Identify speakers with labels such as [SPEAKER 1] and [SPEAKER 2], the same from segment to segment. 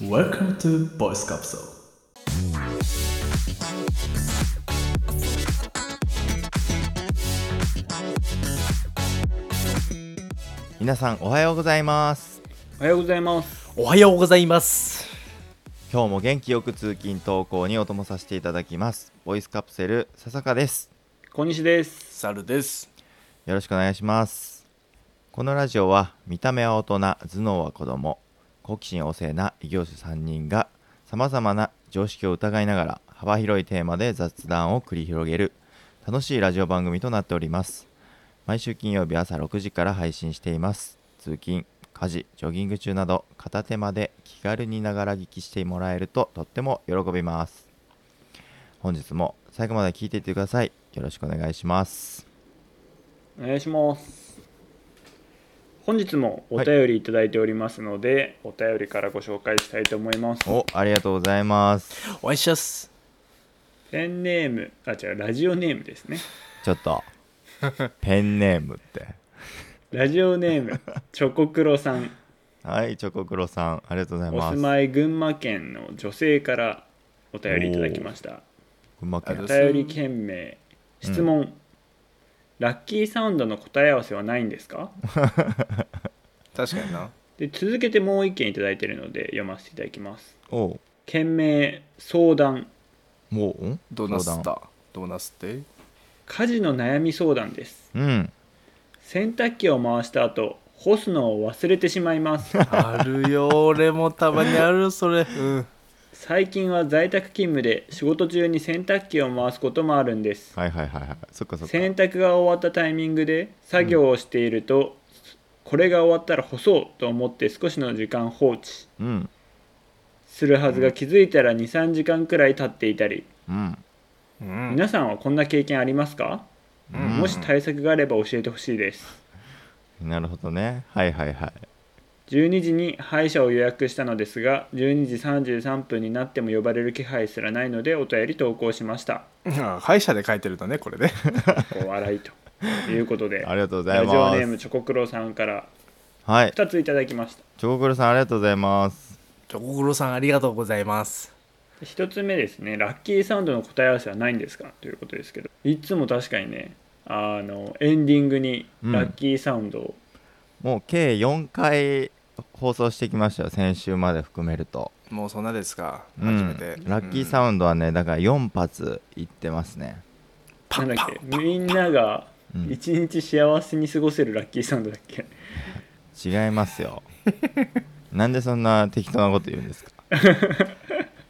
[SPEAKER 1] Welcome to Voice Capsule.
[SPEAKER 2] 皆さんおはようございます
[SPEAKER 3] おはようございます。
[SPEAKER 4] おはようございます。
[SPEAKER 2] 今日も元気よく通勤登校にお供させていただきますボイスカプセル笹香です
[SPEAKER 3] 小西です。
[SPEAKER 4] サルです。
[SPEAKER 2] よろしくお願いしますこのラジオは見た目は大人頭脳は子供好奇心旺盛な異業種3人がさまざまな常識を疑いながら幅広いテーマで雑談を繰り広げる楽しいラジオ番組となっております毎週金曜日朝6時から配信しています通勤家事ジョギング中など片手間で気軽にながら聞きしてもらえるととっても喜びます本日も最後まで聞いていってくださいよろしくお願いします
[SPEAKER 3] お願いします。本日もお便りいただいておりますので、お便りからご紹介したいと思います。
[SPEAKER 2] お、ありがとうございます。
[SPEAKER 4] お会いします。
[SPEAKER 3] ペンネーム、あ、違う、ラジオネームですね。
[SPEAKER 2] ちょっと、ペンネームって。
[SPEAKER 3] ラジオネーム、チョコクロさ ん、
[SPEAKER 2] はい、チョコクロさん、ありがとうござい
[SPEAKER 3] お
[SPEAKER 2] ます。
[SPEAKER 3] 住まい群馬県の女性からお便りいただきました。
[SPEAKER 2] 群馬
[SPEAKER 4] あ
[SPEAKER 3] お
[SPEAKER 2] 県
[SPEAKER 4] り。
[SPEAKER 3] 便り件名、質問、ラッキーサウンドの答え合わせはないんですか
[SPEAKER 4] 確かにな。
[SPEAKER 3] で続けてもう一件いただいているので読ませていただきます。
[SPEAKER 2] おう、
[SPEAKER 3] 件名、相談。
[SPEAKER 2] もう、ん
[SPEAKER 4] ドーナス
[SPEAKER 2] 相談
[SPEAKER 4] タ。ドーナスって。
[SPEAKER 3] 家事の悩み相談です
[SPEAKER 2] うん。
[SPEAKER 3] 洗濯機を回した後干すのを忘れてしまいま す
[SPEAKER 4] ある よ、俺もたまにある、それ。うん。
[SPEAKER 3] 最近は在宅勤務で仕事中に洗濯機を回すこともあるんです
[SPEAKER 2] はいはいはいはい。そっかそっか。
[SPEAKER 3] 洗濯が終わったタイミングで作業をしていると、これが終わったら干そうと思って少しの時間放置
[SPEAKER 2] うん。
[SPEAKER 3] するはずが気づいたら23時間くらい経っていたり
[SPEAKER 2] うん。
[SPEAKER 4] うん。
[SPEAKER 3] 皆さんはこんな経験ありますか、
[SPEAKER 2] うん
[SPEAKER 3] もし対策があれば教えてほしいです
[SPEAKER 2] なるほどね。はいはいはい。
[SPEAKER 3] 12時に歯医者を予約したのですが12時33分になっても呼ばれる気配すらないのでお便り投稿しました。
[SPEAKER 4] あ歯医者で書いてるのね、これね。
[SPEAKER 3] こう笑いということで
[SPEAKER 2] ありがとうござ
[SPEAKER 3] ラ
[SPEAKER 2] い
[SPEAKER 3] ジオネー
[SPEAKER 2] ま
[SPEAKER 3] ム
[SPEAKER 2] す。
[SPEAKER 3] チョコクロさんから
[SPEAKER 2] はい、
[SPEAKER 3] 2ついただきました。
[SPEAKER 2] チョコクロさん、ありがとうございます。
[SPEAKER 4] チョコクロさん、ありがとうございます。
[SPEAKER 3] 1つ目ですねラッキーサウンドの答え合わせはないんですかということですけどいつも確かにねあのエンディングに
[SPEAKER 2] うん
[SPEAKER 3] ラッキーサウンドを
[SPEAKER 2] もう計4回放送してきましたよ、先週まで含めると。
[SPEAKER 4] もうそんなですか。
[SPEAKER 2] う
[SPEAKER 4] 初め
[SPEAKER 2] ん
[SPEAKER 4] て。。
[SPEAKER 2] ラッキーサウンドはね、だから4発いってますね。
[SPEAKER 4] パ
[SPEAKER 3] な
[SPEAKER 4] ン
[SPEAKER 3] んだ
[SPEAKER 4] パ
[SPEAKER 3] っ
[SPEAKER 4] ン。
[SPEAKER 3] けみんなが
[SPEAKER 2] うん
[SPEAKER 3] 一日幸せに過ごせるラッキーサウンドだっけ
[SPEAKER 2] 違いますよなんでそんな適当なこと言うんですか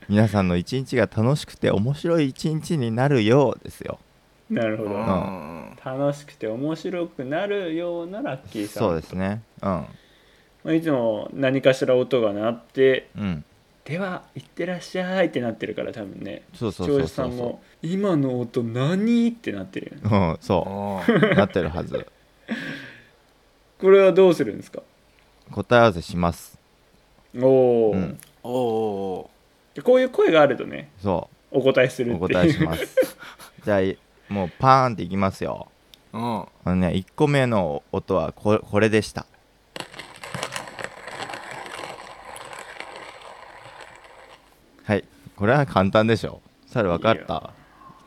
[SPEAKER 2] 皆さんの一日が楽しくて面白い一日になるようですよ
[SPEAKER 3] なるほ
[SPEAKER 4] う
[SPEAKER 3] ど。
[SPEAKER 4] ん。
[SPEAKER 3] 楽しくて面白くなるようなラッキーサウン
[SPEAKER 2] そ
[SPEAKER 3] ド
[SPEAKER 2] うですねうん
[SPEAKER 3] まあいつも何かしら音が鳴って
[SPEAKER 2] うん
[SPEAKER 3] 「ではいってらっしゃい」ってなってるから多分ね
[SPEAKER 2] そうそ
[SPEAKER 3] 視
[SPEAKER 2] うそ
[SPEAKER 3] 聴
[SPEAKER 2] う
[SPEAKER 3] 者さ
[SPEAKER 2] そうんそ
[SPEAKER 3] も「今の音何?」ってなってるよね
[SPEAKER 2] ううんそ
[SPEAKER 4] うん
[SPEAKER 2] うなってるはず
[SPEAKER 3] これはどうするんですか
[SPEAKER 2] 答え合わせします
[SPEAKER 3] おお、
[SPEAKER 2] うん
[SPEAKER 4] おうおうお
[SPEAKER 3] でこういう声があるとね
[SPEAKER 2] そ
[SPEAKER 3] お答えする
[SPEAKER 2] う
[SPEAKER 3] っ
[SPEAKER 2] お
[SPEAKER 3] ていう
[SPEAKER 2] 答えしますじゃあもうパーンっていきますよ
[SPEAKER 4] う。うん。
[SPEAKER 2] あのね1個目の音はここれでしたはいこれは簡単でしょ猿分かっ
[SPEAKER 3] いい
[SPEAKER 2] た1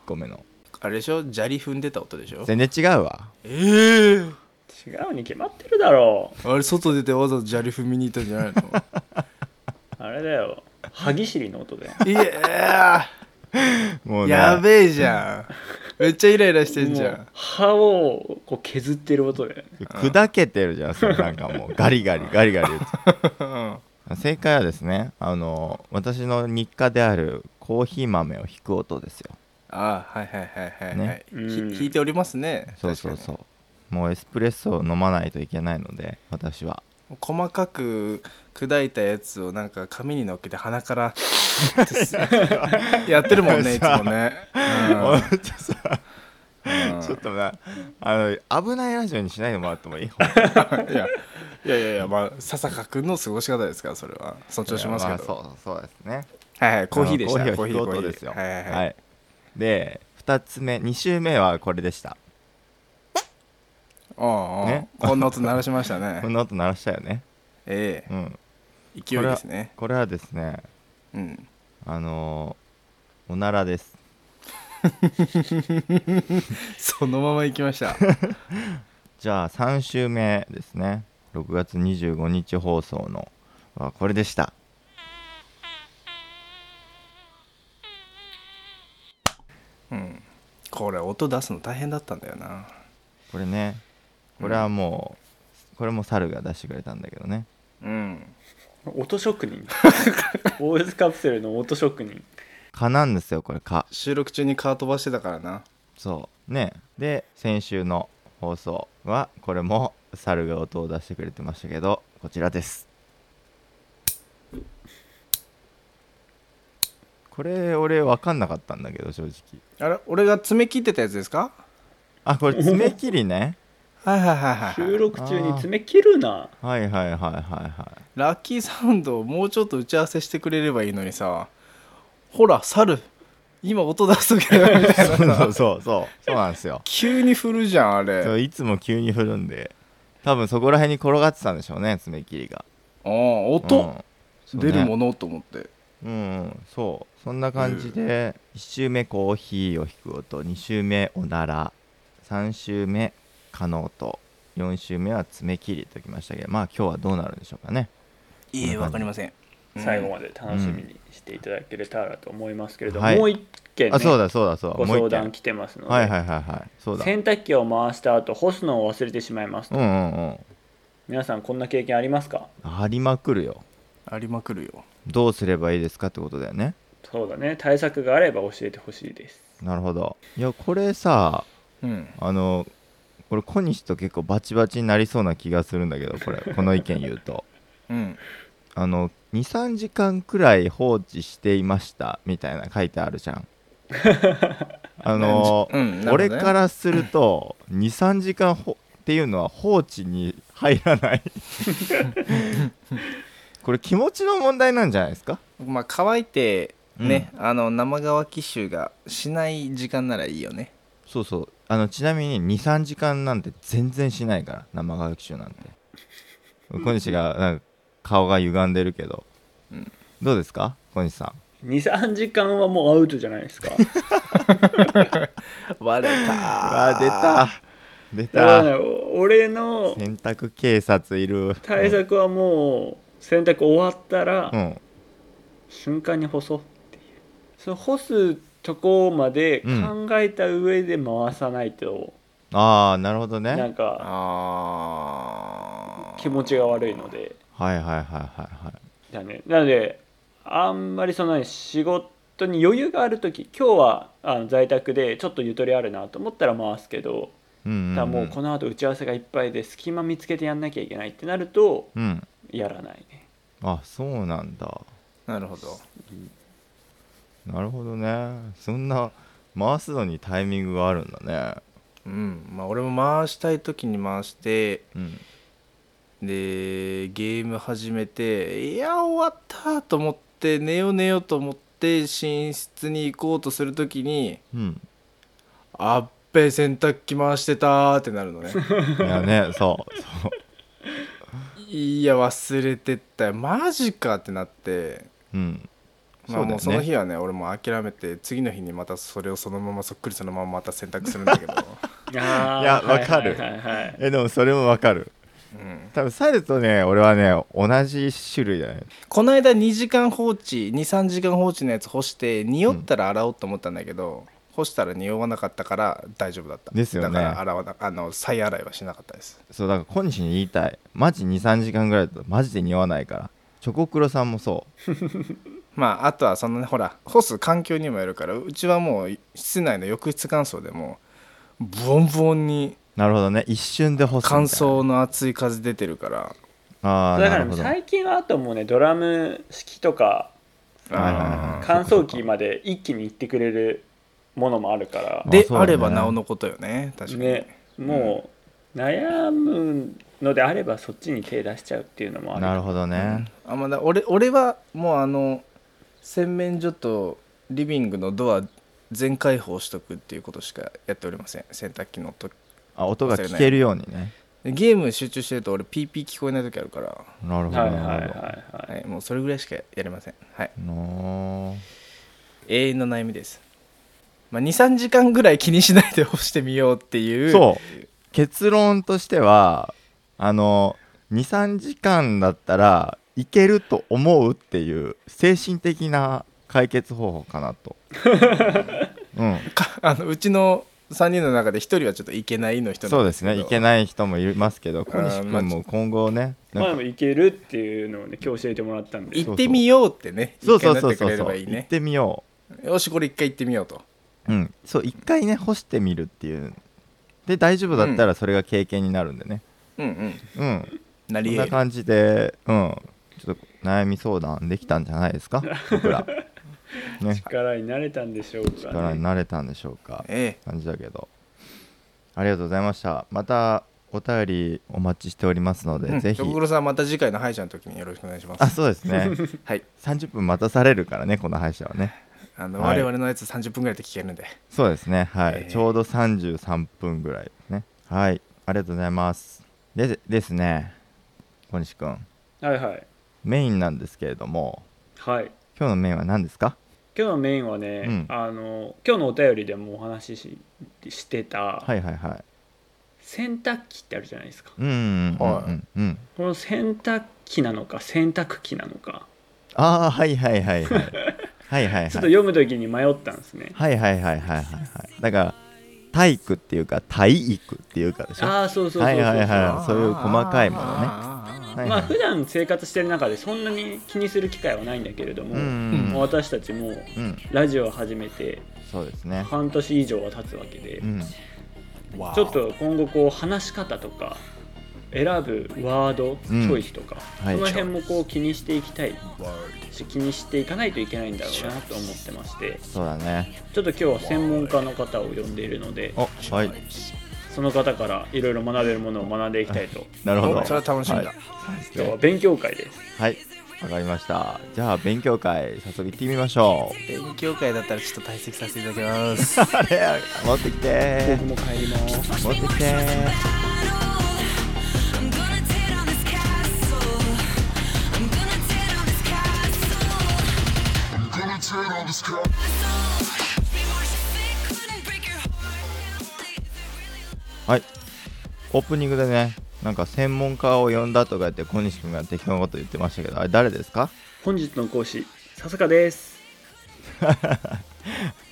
[SPEAKER 2] 個目の
[SPEAKER 4] あれでしょ砂利踏んでた音でしょ
[SPEAKER 2] 全然違うわ
[SPEAKER 4] ええ
[SPEAKER 3] 違うに決まってるだろ
[SPEAKER 4] あれ外出てわざわざ砂利踏みに行ったんじゃないの
[SPEAKER 3] うあれだよ歯ぎしりの音だよ
[SPEAKER 4] いや
[SPEAKER 2] も
[SPEAKER 4] ー
[SPEAKER 2] うね
[SPEAKER 4] やべえじゃんめっちゃイライラしてんじゃ
[SPEAKER 3] もうん歯をこう削ってる音だよね
[SPEAKER 2] 砕けてるじゃんそれなんかも うガリガリガリガリ
[SPEAKER 4] うん
[SPEAKER 2] 打つ正解はですねあの私の日課であるコーヒー豆を引く音ですよ
[SPEAKER 4] ああはいはいはいはいはい、
[SPEAKER 2] ね
[SPEAKER 3] う
[SPEAKER 4] ひ
[SPEAKER 3] ん
[SPEAKER 4] 聞いておりますね
[SPEAKER 2] そうそう
[SPEAKER 4] 確か
[SPEAKER 2] そうもうエスプレッソを飲まないといけないので私は
[SPEAKER 4] に細かく砕いたやつをなんか紙にのっけて鼻から ってすやってる もんねいつもね、
[SPEAKER 2] ちょ っとさ
[SPEAKER 4] うんうん
[SPEAKER 2] ちょっとなあの危ないラジオにしないでもらってもい いほんと
[SPEAKER 4] いやいやいやいやまあ笹香君の過ごし方ですからそれは尊重しますけ
[SPEAKER 2] いや
[SPEAKER 4] ど、
[SPEAKER 2] あそうそうですね
[SPEAKER 4] はいはいコーヒーでした
[SPEAKER 2] あのコーヒー
[SPEAKER 4] コー
[SPEAKER 2] は
[SPEAKER 4] ヒ
[SPEAKER 2] 引く
[SPEAKER 4] ー
[SPEAKER 2] 音ですよ
[SPEAKER 4] はいはいはい、
[SPEAKER 2] はいで2つ目2周目はこれでした
[SPEAKER 4] おうおう
[SPEAKER 2] ね
[SPEAKER 4] こんな音鳴らしましたね
[SPEAKER 2] この音鳴らしたよね
[SPEAKER 4] ええ
[SPEAKER 2] うん
[SPEAKER 4] 勢いですね
[SPEAKER 2] これはですね
[SPEAKER 4] うん
[SPEAKER 2] あのーおならです
[SPEAKER 4] そのまま行きました
[SPEAKER 2] じゃあ3週目ですね6月25日放送のはこれでした
[SPEAKER 4] うんこれ音出すの大変だったんだよな
[SPEAKER 2] これねこれはもう、これも猿が出してくれたんだけどね
[SPEAKER 4] うん
[SPEAKER 3] 音 職人ボーイズカプセルの音職人
[SPEAKER 2] 蚊なんですよこれ蚊
[SPEAKER 4] 収録中にカー飛ばしてたからな
[SPEAKER 2] そうねで先週の放送はこれも猿が音を出してくれてましたけどこちらですこれ俺分かんなかったんだけど正直
[SPEAKER 4] あれ俺が爪切ってたやつですか
[SPEAKER 2] あこれ爪切りね
[SPEAKER 4] はいはいはいはいはい
[SPEAKER 3] 収録中に爪切るな
[SPEAKER 2] はいはいはいはいはい
[SPEAKER 4] ラッキーサウンドをもうちょっと打ち合わせしてくれればいいのにさほら猿今音出すけどみたいな
[SPEAKER 2] そうそうそうそうそうなんですよ
[SPEAKER 4] 急に振るじゃんあ
[SPEAKER 2] そう
[SPEAKER 4] れ
[SPEAKER 2] いつも急に振るんで多分そこら辺に転がってたんでしょうね爪切りが
[SPEAKER 4] ああ音、
[SPEAKER 2] うん
[SPEAKER 4] 出る
[SPEAKER 2] そうね
[SPEAKER 4] ものと思って
[SPEAKER 2] うんうんそうそんな感じで1周目コーヒーを引く音2周目おなら3周目蚊の音4周目は爪切りときましたけどまあ今日はどうなるんでしょうかね
[SPEAKER 4] いいえわかりません
[SPEAKER 3] 最後まで楽しみにしていただけれたらと思いますけれども、
[SPEAKER 2] はい
[SPEAKER 3] もう一件、ね
[SPEAKER 2] あそうだそうだそうだ
[SPEAKER 3] ご
[SPEAKER 2] もう
[SPEAKER 3] 相
[SPEAKER 2] 一
[SPEAKER 3] 談
[SPEAKER 2] 件
[SPEAKER 3] 来てますので、
[SPEAKER 2] はいはいはいはいそうだ
[SPEAKER 3] 洗濯機を回した後干すのを忘れてしまいます
[SPEAKER 2] う
[SPEAKER 3] と、
[SPEAKER 2] んうんうん
[SPEAKER 3] 皆さんこんな経験ありますか
[SPEAKER 2] ありまくるよ
[SPEAKER 4] ありまくるよ
[SPEAKER 2] どうすればいいですかってことだよね
[SPEAKER 3] そうだね対策があれば教えてほしいです
[SPEAKER 2] なるほどいやこれさ
[SPEAKER 4] うん
[SPEAKER 2] あの俺小西と結構バチバチになりそうな気がするんだけどこれこの意見言うと
[SPEAKER 4] うん
[SPEAKER 2] あの23時間くらい放置していましたみたいな書いてあるじ ゃんあの、
[SPEAKER 4] うんなるほどね
[SPEAKER 2] 俺からすると23時間ほっていうのは放置に入ら ないこれ気持ちの問題なんじゃないですか
[SPEAKER 4] まあ乾いてね、あの生乾き臭がしない時間ならいいよね
[SPEAKER 2] そうそうあのちなみに23時間なんて全然しないから生乾き臭なんて小西がなんか顔が歪んでるけど、
[SPEAKER 4] うん
[SPEAKER 2] どうですか小西さん
[SPEAKER 3] 23時間はもうアウトじゃない ですか
[SPEAKER 4] 割れ
[SPEAKER 2] う
[SPEAKER 4] た
[SPEAKER 2] わ出た出
[SPEAKER 3] だからね
[SPEAKER 2] た
[SPEAKER 3] お俺の
[SPEAKER 2] 洗濯警察いる
[SPEAKER 3] 対策はもう洗濯終わったら、
[SPEAKER 2] うん
[SPEAKER 3] 瞬間に干そうっていうその干すとこまで
[SPEAKER 2] うん
[SPEAKER 3] 考えた上で回さないと、
[SPEAKER 2] ああなるほど
[SPEAKER 3] な
[SPEAKER 2] ね
[SPEAKER 3] んか
[SPEAKER 4] あー
[SPEAKER 3] 気持ちが悪いので
[SPEAKER 2] はいはいはいはいはい
[SPEAKER 3] だねなのであんまりその何仕事に余裕がある時今日はあの在宅でちょっとゆとりあるなと思ったら回すけど、
[SPEAKER 2] うんうん、うん、
[SPEAKER 3] ただもうこの後打ち合わせがいっぱいで隙間見つけてやんなきゃいけないってなると
[SPEAKER 2] うん
[SPEAKER 3] やらないね
[SPEAKER 2] あそうなんだ
[SPEAKER 4] なるほど
[SPEAKER 2] なるほどねそんな回すのにタイミングがあるんだね
[SPEAKER 4] うんまあ俺も回したい時に回して
[SPEAKER 2] うん
[SPEAKER 4] でゲーム始めていや終わったと思って寝よう寝ようと思って寝室に行こうとする時に
[SPEAKER 2] うん
[SPEAKER 4] あっべ洗濯機回してたーってなる のね
[SPEAKER 2] いやね そうそう
[SPEAKER 4] いや忘れてったよマジかってなって
[SPEAKER 2] うん
[SPEAKER 4] まあもう
[SPEAKER 2] そ
[SPEAKER 4] そう
[SPEAKER 2] だよね
[SPEAKER 4] の日はね俺も諦めて次の日にまたそれをそのままそっくりそのまままた洗濯するんだけど、
[SPEAKER 3] いや
[SPEAKER 2] いやわかる
[SPEAKER 3] はいはいはいはい
[SPEAKER 2] えでもそれもわかる
[SPEAKER 4] うん、
[SPEAKER 2] 多分猿とね俺はね同じ種類だね
[SPEAKER 4] この間2時間放置23時間放置のやつ干して匂ったら洗おうと思ったんだけど、干したら匂わなかったから大丈夫だった
[SPEAKER 2] ですよね
[SPEAKER 4] だから洗わなあの再洗いはしなかったです
[SPEAKER 2] そうだから小西に言いたいマジ23時間ぐらいだとマジで匂わないからチョコクロさんもそ
[SPEAKER 4] まああとはそのねほら干す環境にもよるからうちはもう室内の浴室乾燥でもうボンボンに
[SPEAKER 2] うなるほどね一瞬で干すみたい
[SPEAKER 4] 乾
[SPEAKER 2] な
[SPEAKER 4] 燥の熱い風出てるから
[SPEAKER 2] ああ
[SPEAKER 3] だ
[SPEAKER 2] な
[SPEAKER 3] か
[SPEAKER 2] る
[SPEAKER 3] ら
[SPEAKER 2] ほど
[SPEAKER 3] 最近はあともうねドラム式とか
[SPEAKER 2] はいはいはい
[SPEAKER 4] あ
[SPEAKER 3] 乾燥機まで一気に行ってくれるものもあるから
[SPEAKER 4] ー
[SPEAKER 2] あ
[SPEAKER 4] で
[SPEAKER 2] そうだね
[SPEAKER 4] あればなおのことよね確かに、
[SPEAKER 3] ねもう悩むのであればそっちに手出しちゃうっていうのもある
[SPEAKER 2] なるほどね、
[SPEAKER 4] あまあだ俺俺はもうあの洗面所とリビングのドア全開放しとくっていうことしかやっておりません洗濯機の時
[SPEAKER 2] あ音が聞けるようにね
[SPEAKER 4] ゲーム集中してると俺 PP 聞こえない時あるから、
[SPEAKER 2] なるほど
[SPEAKER 3] はい
[SPEAKER 2] な
[SPEAKER 3] はいはい
[SPEAKER 2] るほど
[SPEAKER 3] はい、
[SPEAKER 4] はい、もうそれぐらいしかやれませんはい
[SPEAKER 2] の
[SPEAKER 4] 永遠の悩みです、まあ、23時間ぐらい気にしないで干してみようっていう
[SPEAKER 2] そう結論としてはあの23時間だったらいけると思うっていう精神的な解決方法かな と、うん、
[SPEAKER 4] かあのうちの3人の中で1人はちょっといけないの人
[SPEAKER 2] そ
[SPEAKER 4] な
[SPEAKER 2] うんですすねいけ
[SPEAKER 4] い
[SPEAKER 2] ない人もいますけど小西
[SPEAKER 4] まあ
[SPEAKER 2] 君も今後ねなん
[SPEAKER 3] まあ
[SPEAKER 2] か
[SPEAKER 3] でもいけるっていうのをね今日教えてもらったんで
[SPEAKER 4] 行ってみようってね
[SPEAKER 2] そう
[SPEAKER 4] 一
[SPEAKER 2] そ
[SPEAKER 4] 回な
[SPEAKER 2] うそ
[SPEAKER 4] って
[SPEAKER 2] う
[SPEAKER 4] く
[SPEAKER 2] そう
[SPEAKER 4] れれ
[SPEAKER 2] そ
[SPEAKER 4] ば
[SPEAKER 2] う
[SPEAKER 4] いい
[SPEAKER 2] 行っ
[SPEAKER 4] ね
[SPEAKER 2] てみよ
[SPEAKER 4] よしこれ一回行ってみようと
[SPEAKER 2] ううんそう一回ね干してみるっていうで大丈夫だったらそれが経験になるんでね
[SPEAKER 4] うんうん
[SPEAKER 2] うん
[SPEAKER 4] な
[SPEAKER 2] こ
[SPEAKER 4] り
[SPEAKER 2] ん
[SPEAKER 4] え
[SPEAKER 2] な
[SPEAKER 4] る
[SPEAKER 2] 感じで、うん、ちょっと悩み相談できたんじゃないです か、僕ら。ね、
[SPEAKER 3] 力になれたんでしょうか、
[SPEAKER 2] 力になれたんでしょうか、
[SPEAKER 4] え
[SPEAKER 2] 感じだけど。ありがとうございました。またお便りお待ちしておりますので、
[SPEAKER 4] え
[SPEAKER 2] ぜひ。
[SPEAKER 4] 徳黒さんまた次回の歯医者の時によろしくお願いします
[SPEAKER 2] あ、そうですね。
[SPEAKER 4] はい
[SPEAKER 2] 30分待たされるからね、この歯医者はね。
[SPEAKER 4] あの、
[SPEAKER 2] はい
[SPEAKER 4] 我々のやつ30分ぐらいで聞けるんで
[SPEAKER 2] そうですね、はい、
[SPEAKER 4] えー
[SPEAKER 2] ちょうど33分ぐらいですね。はい、ありがとうございます。でですね、小西君、
[SPEAKER 3] はいはい
[SPEAKER 2] メインなんですけれども、
[SPEAKER 3] はい
[SPEAKER 2] 今日のメインは何ですか
[SPEAKER 3] 今日のメインはね、
[SPEAKER 2] うん
[SPEAKER 3] あの今日のお便りでもお話しししてた、
[SPEAKER 2] はいはいはい。
[SPEAKER 3] 洗濯機ってあるじゃないですか
[SPEAKER 2] うんうんうんうんうん
[SPEAKER 3] この洗濯機なのか洗濯機なのか
[SPEAKER 2] ああはいはいはいはいはいはいはい
[SPEAKER 3] ちょっと読む時に迷ったんですね、
[SPEAKER 2] はいはいはいはいはいはいだから体育っていうか体育っていうかでしょ
[SPEAKER 3] ああそうそうそうそ
[SPEAKER 2] は
[SPEAKER 3] う、
[SPEAKER 2] いはいはいそういう細かいものね
[SPEAKER 4] の
[SPEAKER 2] はい
[SPEAKER 3] ま
[SPEAKER 2] は
[SPEAKER 3] あ
[SPEAKER 2] い
[SPEAKER 3] 普段生活してる中でそんなに気にする機会はないんだけれども、
[SPEAKER 2] うんうん
[SPEAKER 3] もう私たちも
[SPEAKER 2] うん
[SPEAKER 3] ラジオを始めて
[SPEAKER 2] そうですね
[SPEAKER 3] 半年以上は経つわけで、
[SPEAKER 2] うん
[SPEAKER 4] わあ
[SPEAKER 3] ちょっと今後こう話し方とか選ぶワードチ
[SPEAKER 2] うん
[SPEAKER 3] ョイスとか、
[SPEAKER 2] はい
[SPEAKER 3] その辺もこう気にしていきたい
[SPEAKER 4] わ
[SPEAKER 3] し気にしていかないといけないんだろうなと思ってまして
[SPEAKER 2] そうだね
[SPEAKER 3] ちょっと今日は専門家の方を呼んでいるので
[SPEAKER 2] おはい
[SPEAKER 3] その方からいろいろ学べるものを学んでいきたいと
[SPEAKER 2] なるほど
[SPEAKER 4] おそれは楽しみだ
[SPEAKER 2] はい
[SPEAKER 3] 今日は勉強会です
[SPEAKER 2] はいわかりましたじゃあ勉強会早速行ってみましょう
[SPEAKER 4] 勉強会だったらちょっと退席させていただき ます
[SPEAKER 2] あれ持ってきて
[SPEAKER 3] 僕も帰ります
[SPEAKER 2] 持ってきて
[SPEAKER 5] I'm gonna tear down this castle. I'm gonna tear down this castle.
[SPEAKER 6] gonna turn on this car.
[SPEAKER 5] Be more thick, couldn't break your heart. Is it really love?
[SPEAKER 2] はいオープニングでねなんか専門家を呼んだとか言って小西君が適当なこと言ってましたけどあれ誰ですか
[SPEAKER 3] 本日の講師笹香です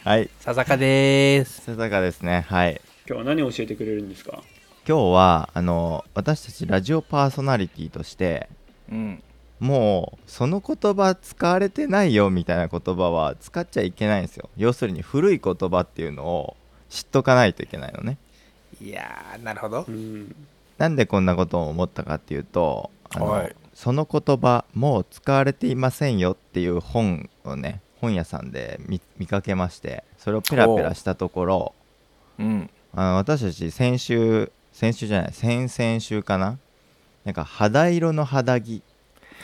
[SPEAKER 2] はい
[SPEAKER 4] 笹香です
[SPEAKER 2] 瀬坂ですねはい
[SPEAKER 3] 今日は何を教えてくれるんですか
[SPEAKER 2] 今日はあの私たちラジオパーソナリティとして
[SPEAKER 4] うん
[SPEAKER 2] もうその言葉使われてないよみたいな言葉は使っちゃいけないんですよ要するに古い言葉っていうのを知っとかないといけないのね
[SPEAKER 4] いやーなるほど
[SPEAKER 3] うん
[SPEAKER 2] なんでこんなことを思ったかっていうとあの、
[SPEAKER 4] はい
[SPEAKER 2] その言葉もう使われていませんよっていう本をね本屋さんで見見かけましてそれをペラペラしたところ
[SPEAKER 4] うん
[SPEAKER 2] あの私たち先週先週じゃない先々週かななんか肌色の肌着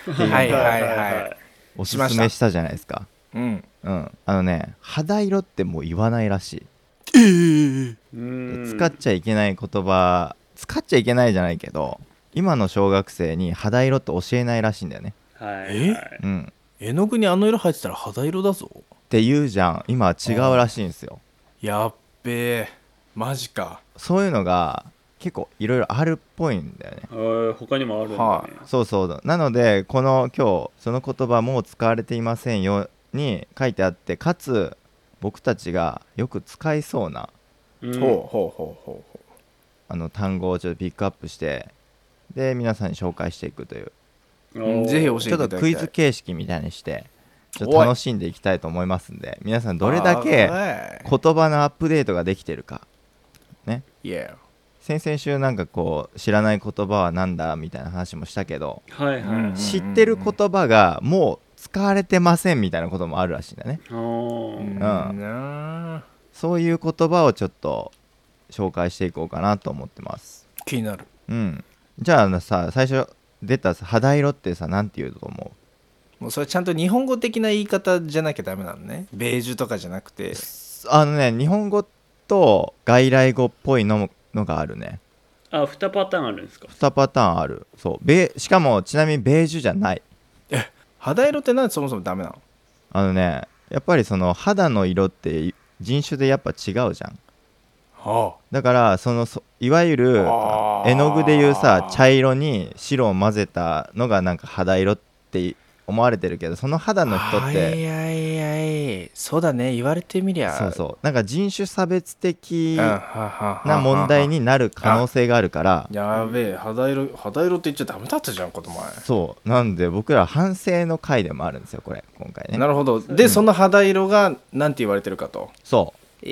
[SPEAKER 2] っていうのを
[SPEAKER 4] はいはいは
[SPEAKER 2] おす
[SPEAKER 4] しますした
[SPEAKER 2] めしたじゃないですか
[SPEAKER 4] うん
[SPEAKER 2] うんあのね肌色ってもう言わないらしい
[SPEAKER 3] い
[SPEAKER 2] 使っちゃいけない言葉使っちゃいけないじゃないけど今の小学生に肌色って教えないらしいんだよね
[SPEAKER 3] はいはい
[SPEAKER 2] うん
[SPEAKER 4] 絵の具にあの色入ってたら肌色だぞ
[SPEAKER 2] って言うじゃん今は違うらしいんですよ
[SPEAKER 4] やっべえマジか
[SPEAKER 2] そういうのが結構いろいろあるっぽいんだよね
[SPEAKER 3] えー他にもあるんだね、
[SPEAKER 4] は
[SPEAKER 2] そうそうだなのでこの今日その言葉もう使われていませんよに書いてあってかつ僕たちがよく使いそうな
[SPEAKER 3] うん
[SPEAKER 4] ほうほうほうほ
[SPEAKER 2] あの単語をちょっとピックアップしてで皆さんに紹介していくという
[SPEAKER 3] おー
[SPEAKER 4] ぜひ教えて
[SPEAKER 2] ちょっとクイズ形式みたいにしてちょっと
[SPEAKER 4] おい
[SPEAKER 2] 楽しんでいきたいと思いますんで皆さんどれだけ言葉のアップデートができてるか
[SPEAKER 4] いや
[SPEAKER 2] 先々週なんかこう知らない言葉は何だみたいな話もしたけど
[SPEAKER 3] はいは
[SPEAKER 2] 知ってる言葉がもう使われてませんみたいなこともあるらしいんだね
[SPEAKER 3] いおー
[SPEAKER 4] な
[SPEAKER 2] そういう言葉をちょっと紹介していこうかなと思ってます
[SPEAKER 4] 気になる
[SPEAKER 2] うんじゃああのさ最初出たさ肌色ってさ何て言うと思う
[SPEAKER 4] もうそれちゃんと日本語的な言い方じゃなきゃダメなのねベージュとかじゃなくて
[SPEAKER 2] あのね日本語と外来語っぽいのものがあるね
[SPEAKER 3] あ2パターンあるんですか
[SPEAKER 2] 2パターンあるそうベーしかもちなみにベージュじゃない
[SPEAKER 4] 肌色ってなんでそもそもダメなの
[SPEAKER 2] あのねやっぱりその肌の色って人種でやっぱ違うじゃん
[SPEAKER 4] は
[SPEAKER 2] だからそのそいわゆる
[SPEAKER 4] あー
[SPEAKER 2] 絵の具でいうさ茶色に白を混ぜたのがなんか肌色って思われてるけどその肌の人っ
[SPEAKER 4] はい
[SPEAKER 2] て
[SPEAKER 4] はいはいそうだね言われてみりゃ
[SPEAKER 2] そうそうなんか人種差別的
[SPEAKER 4] うんははは
[SPEAKER 2] な問題になる可能性があるから
[SPEAKER 4] やべえ肌色肌色って言っちゃダメだったじゃんこの前
[SPEAKER 2] そうなんで僕ら反省の回でもあるんですよこれ今回ね
[SPEAKER 4] なるほどで、その肌色がなんて言われてるかと
[SPEAKER 2] そう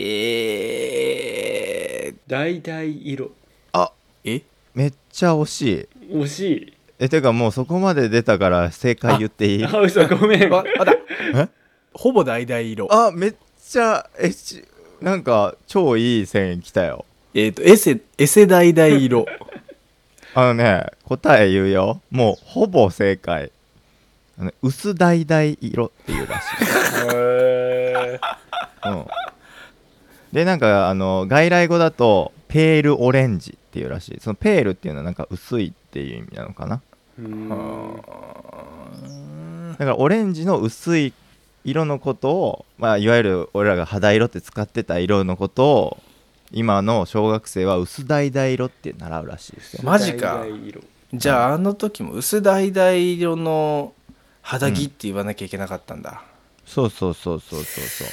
[SPEAKER 4] え
[SPEAKER 3] 橙色
[SPEAKER 2] あ
[SPEAKER 4] え
[SPEAKER 2] めっちゃ惜しい
[SPEAKER 3] 惜しい
[SPEAKER 2] えてかもうそこまで出たから正解言っていい
[SPEAKER 3] あ嘘ごめん
[SPEAKER 4] ああだ
[SPEAKER 2] え
[SPEAKER 4] ほぼ橙色
[SPEAKER 2] あめっちゃえちなんか超いい線来たよ
[SPEAKER 4] えっ、とエセエセ橙色
[SPEAKER 2] あのね答え言うよもうほぼ正解あの薄橙色っていうらしい、
[SPEAKER 3] へー
[SPEAKER 2] うん、でなんかあの外来語だとペールオレンジっていうらしいそのペールっていうのはなんか薄いっていう意味なのかな
[SPEAKER 3] うーん
[SPEAKER 2] だからオレンジの薄い色のことを、まあ、いわゆる俺らが肌色って使ってた色のことを今の小学生は薄橙色って習うらしいですよ
[SPEAKER 4] マジか
[SPEAKER 3] 橙色
[SPEAKER 4] じゃああの時も薄橙色の肌着って言わなきゃいけなかったんだ、
[SPEAKER 2] そうそうそうそうそうそう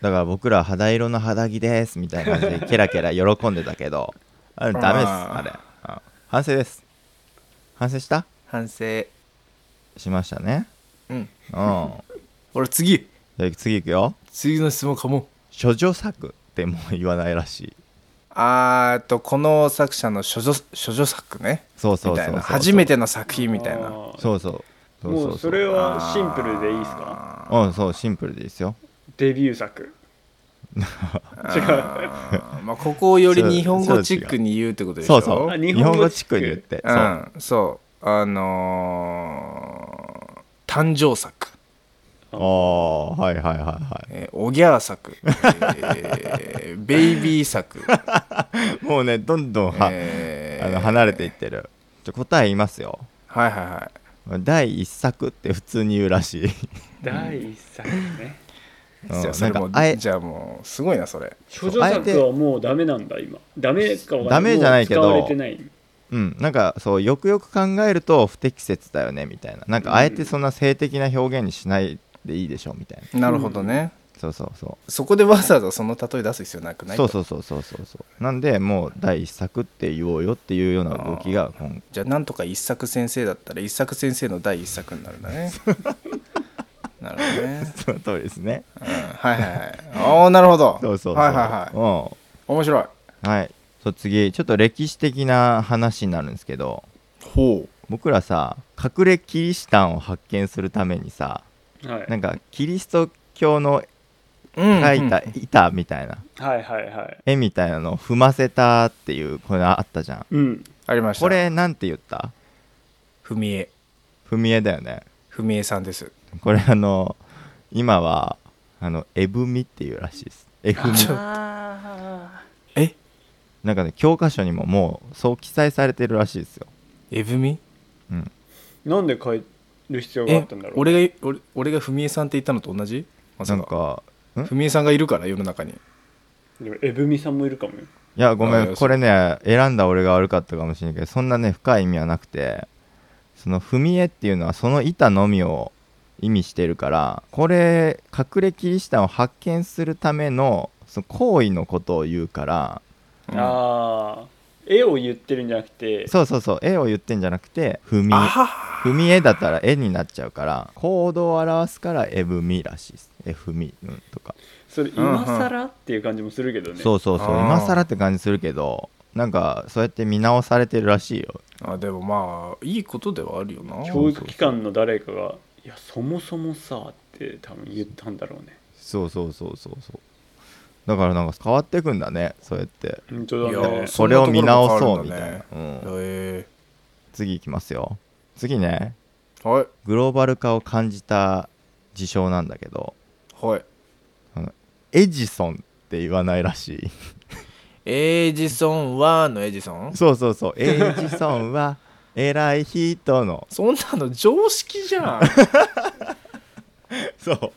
[SPEAKER 2] だから僕ら肌色の肌着ですみたいな感じでケラケラ喜んでたけどあれダメです
[SPEAKER 4] あー
[SPEAKER 2] あれあ反省です反省した
[SPEAKER 4] 反省
[SPEAKER 2] しましたね
[SPEAKER 4] うん
[SPEAKER 2] うんじゃ
[SPEAKER 4] 俺次
[SPEAKER 2] あ次いくよ
[SPEAKER 4] 次の質問かも
[SPEAKER 2] 処女作ってもう言わないらしい
[SPEAKER 4] あーっとこの作者の処女処女作ね
[SPEAKER 2] そうそう
[SPEAKER 4] み
[SPEAKER 2] そ
[SPEAKER 4] たい
[SPEAKER 2] うそう
[SPEAKER 4] な初めての作品みたい
[SPEAKER 3] あ
[SPEAKER 4] な
[SPEAKER 3] ー
[SPEAKER 2] そうそうそう
[SPEAKER 3] もうそれはシンプルでいいですか
[SPEAKER 4] あ
[SPEAKER 2] うんそうシンプルでいいですよ
[SPEAKER 3] デビュ ー作違う
[SPEAKER 4] ーまあここをより日本語チックに言うってことでし
[SPEAKER 2] そ
[SPEAKER 4] ょ
[SPEAKER 2] うそう
[SPEAKER 3] あ
[SPEAKER 2] 日
[SPEAKER 3] 日
[SPEAKER 2] 本
[SPEAKER 3] 本
[SPEAKER 2] 語
[SPEAKER 3] 語
[SPEAKER 2] チ
[SPEAKER 3] チ
[SPEAKER 2] ッ
[SPEAKER 3] ッ
[SPEAKER 2] ク
[SPEAKER 3] ク
[SPEAKER 2] に言って
[SPEAKER 4] う
[SPEAKER 2] そうん
[SPEAKER 4] そうあのー誕生作、
[SPEAKER 2] ああはいはいはいは
[SPEAKER 4] えーおぎゃー作、え ーベイビー作、
[SPEAKER 2] いもうねどんどんは
[SPEAKER 4] えー
[SPEAKER 2] あの離れていってるじゃあ答え言いますよ
[SPEAKER 4] はいはいは
[SPEAKER 2] 第一作って普通に言うらしい
[SPEAKER 3] 第一作ね
[SPEAKER 4] い、
[SPEAKER 2] うん
[SPEAKER 4] じゃあそれ
[SPEAKER 2] なん
[SPEAKER 4] も
[SPEAKER 2] かあえ
[SPEAKER 4] じゃあもうすごいなそれ
[SPEAKER 3] 処女作はもうダメなんだ今ダメかわかん
[SPEAKER 2] ダメ
[SPEAKER 3] い
[SPEAKER 2] じゃないけど
[SPEAKER 3] もう使われてない
[SPEAKER 2] うんなんかそうよくよく考えると不適切だよねみたいななんかあえてそんな性的な表現にしないでいいでしょみたいな
[SPEAKER 4] なるほどね、
[SPEAKER 2] そうそうそ
[SPEAKER 4] そこでわざわざその例え出す必要なく
[SPEAKER 2] う
[SPEAKER 4] ない
[SPEAKER 2] そうそうそうそうそうそうなんでもう第一作って言おうよっていうような動きが今
[SPEAKER 4] じゃあなんとか一作先生だったら一作先生の第一作になるんだ ねなるほどね、
[SPEAKER 2] その通りですね
[SPEAKER 4] うん、はいはいはいおおなるほど
[SPEAKER 2] そうそうそう
[SPEAKER 4] はいはいはい
[SPEAKER 2] うん
[SPEAKER 4] 面白い
[SPEAKER 2] はいそう次ちょっと歴史的な話になるんですけど
[SPEAKER 4] ほ
[SPEAKER 2] 僕らさ隠れキリシタンを発見するためにさ
[SPEAKER 3] はい
[SPEAKER 2] なんかキリスト教の
[SPEAKER 4] う、うん
[SPEAKER 2] 描いた板みたいな
[SPEAKER 3] はいはいはい
[SPEAKER 2] 絵みたいなのを踏ませたっていうこれあったじゃん
[SPEAKER 3] うん
[SPEAKER 4] ありました
[SPEAKER 2] これなんて言った
[SPEAKER 4] ふみえ
[SPEAKER 2] 踏み絵だよね
[SPEAKER 4] ふみえさんです
[SPEAKER 2] これあの今はあの絵踏みっていうらしいです絵踏み
[SPEAKER 4] え
[SPEAKER 2] なんかね教科書にももうそう記載されてるらしいですよ
[SPEAKER 4] えぶみ
[SPEAKER 3] なんで変える必要があ
[SPEAKER 4] え
[SPEAKER 3] ったんだろう
[SPEAKER 4] 俺が俺俺がふみえさんって言ったのと同じま
[SPEAKER 2] な
[SPEAKER 4] さ
[SPEAKER 2] ん
[SPEAKER 4] か
[SPEAKER 2] かん
[SPEAKER 4] ふみえさんがいるから世の中に
[SPEAKER 3] でもエブミさんもいるかもよ
[SPEAKER 2] いやごめ
[SPEAKER 4] あい
[SPEAKER 2] ん
[SPEAKER 4] や
[SPEAKER 2] これね選んだ俺が悪かったかもしれないけどそんなね深い意味はなくてその踏み絵っていうのはその板のみを意味してるからこれ隠れキリシタンを発見するためのその行為のことを言うから
[SPEAKER 4] うん
[SPEAKER 3] ああ絵を言ってるんじゃなくて
[SPEAKER 2] そうそうそう絵を言ってんじゃなくて踏み
[SPEAKER 4] あ
[SPEAKER 2] 絵
[SPEAKER 4] は
[SPEAKER 2] 踏み絵だったら絵になっちゃうから行動を表すから絵踏みらしいです絵踏み、うん、とか
[SPEAKER 3] それ今更っていう感じもするけどね
[SPEAKER 2] そうそうそう
[SPEAKER 4] あー
[SPEAKER 2] 今更って感じするけどなんかそうやって見直されてるらしいよ
[SPEAKER 4] あでもまあいいことではあるよな
[SPEAKER 3] 教育機関の誰かが「いやそもそもさ」って多分言ったんだろうね
[SPEAKER 2] そうそうそうそうそうだからなんか変わってくんだねそうやって
[SPEAKER 3] 本当だ
[SPEAKER 4] い
[SPEAKER 3] ね
[SPEAKER 4] やそ
[SPEAKER 2] こ
[SPEAKER 4] ん
[SPEAKER 2] れ
[SPEAKER 4] なと
[SPEAKER 2] を
[SPEAKER 4] ころも
[SPEAKER 2] 見直そうみたいな、
[SPEAKER 4] 変わ
[SPEAKER 2] うん、
[SPEAKER 4] え
[SPEAKER 2] 次いきますよ次ね
[SPEAKER 4] ー、はい
[SPEAKER 2] グローバル化を感じた事象なんだけど
[SPEAKER 4] はい
[SPEAKER 2] エジソンって言わないらしい
[SPEAKER 4] エジソンはのエジソン
[SPEAKER 2] そうそうそう エジソンは偉い人の
[SPEAKER 4] そんなの常識じゃん
[SPEAKER 2] そう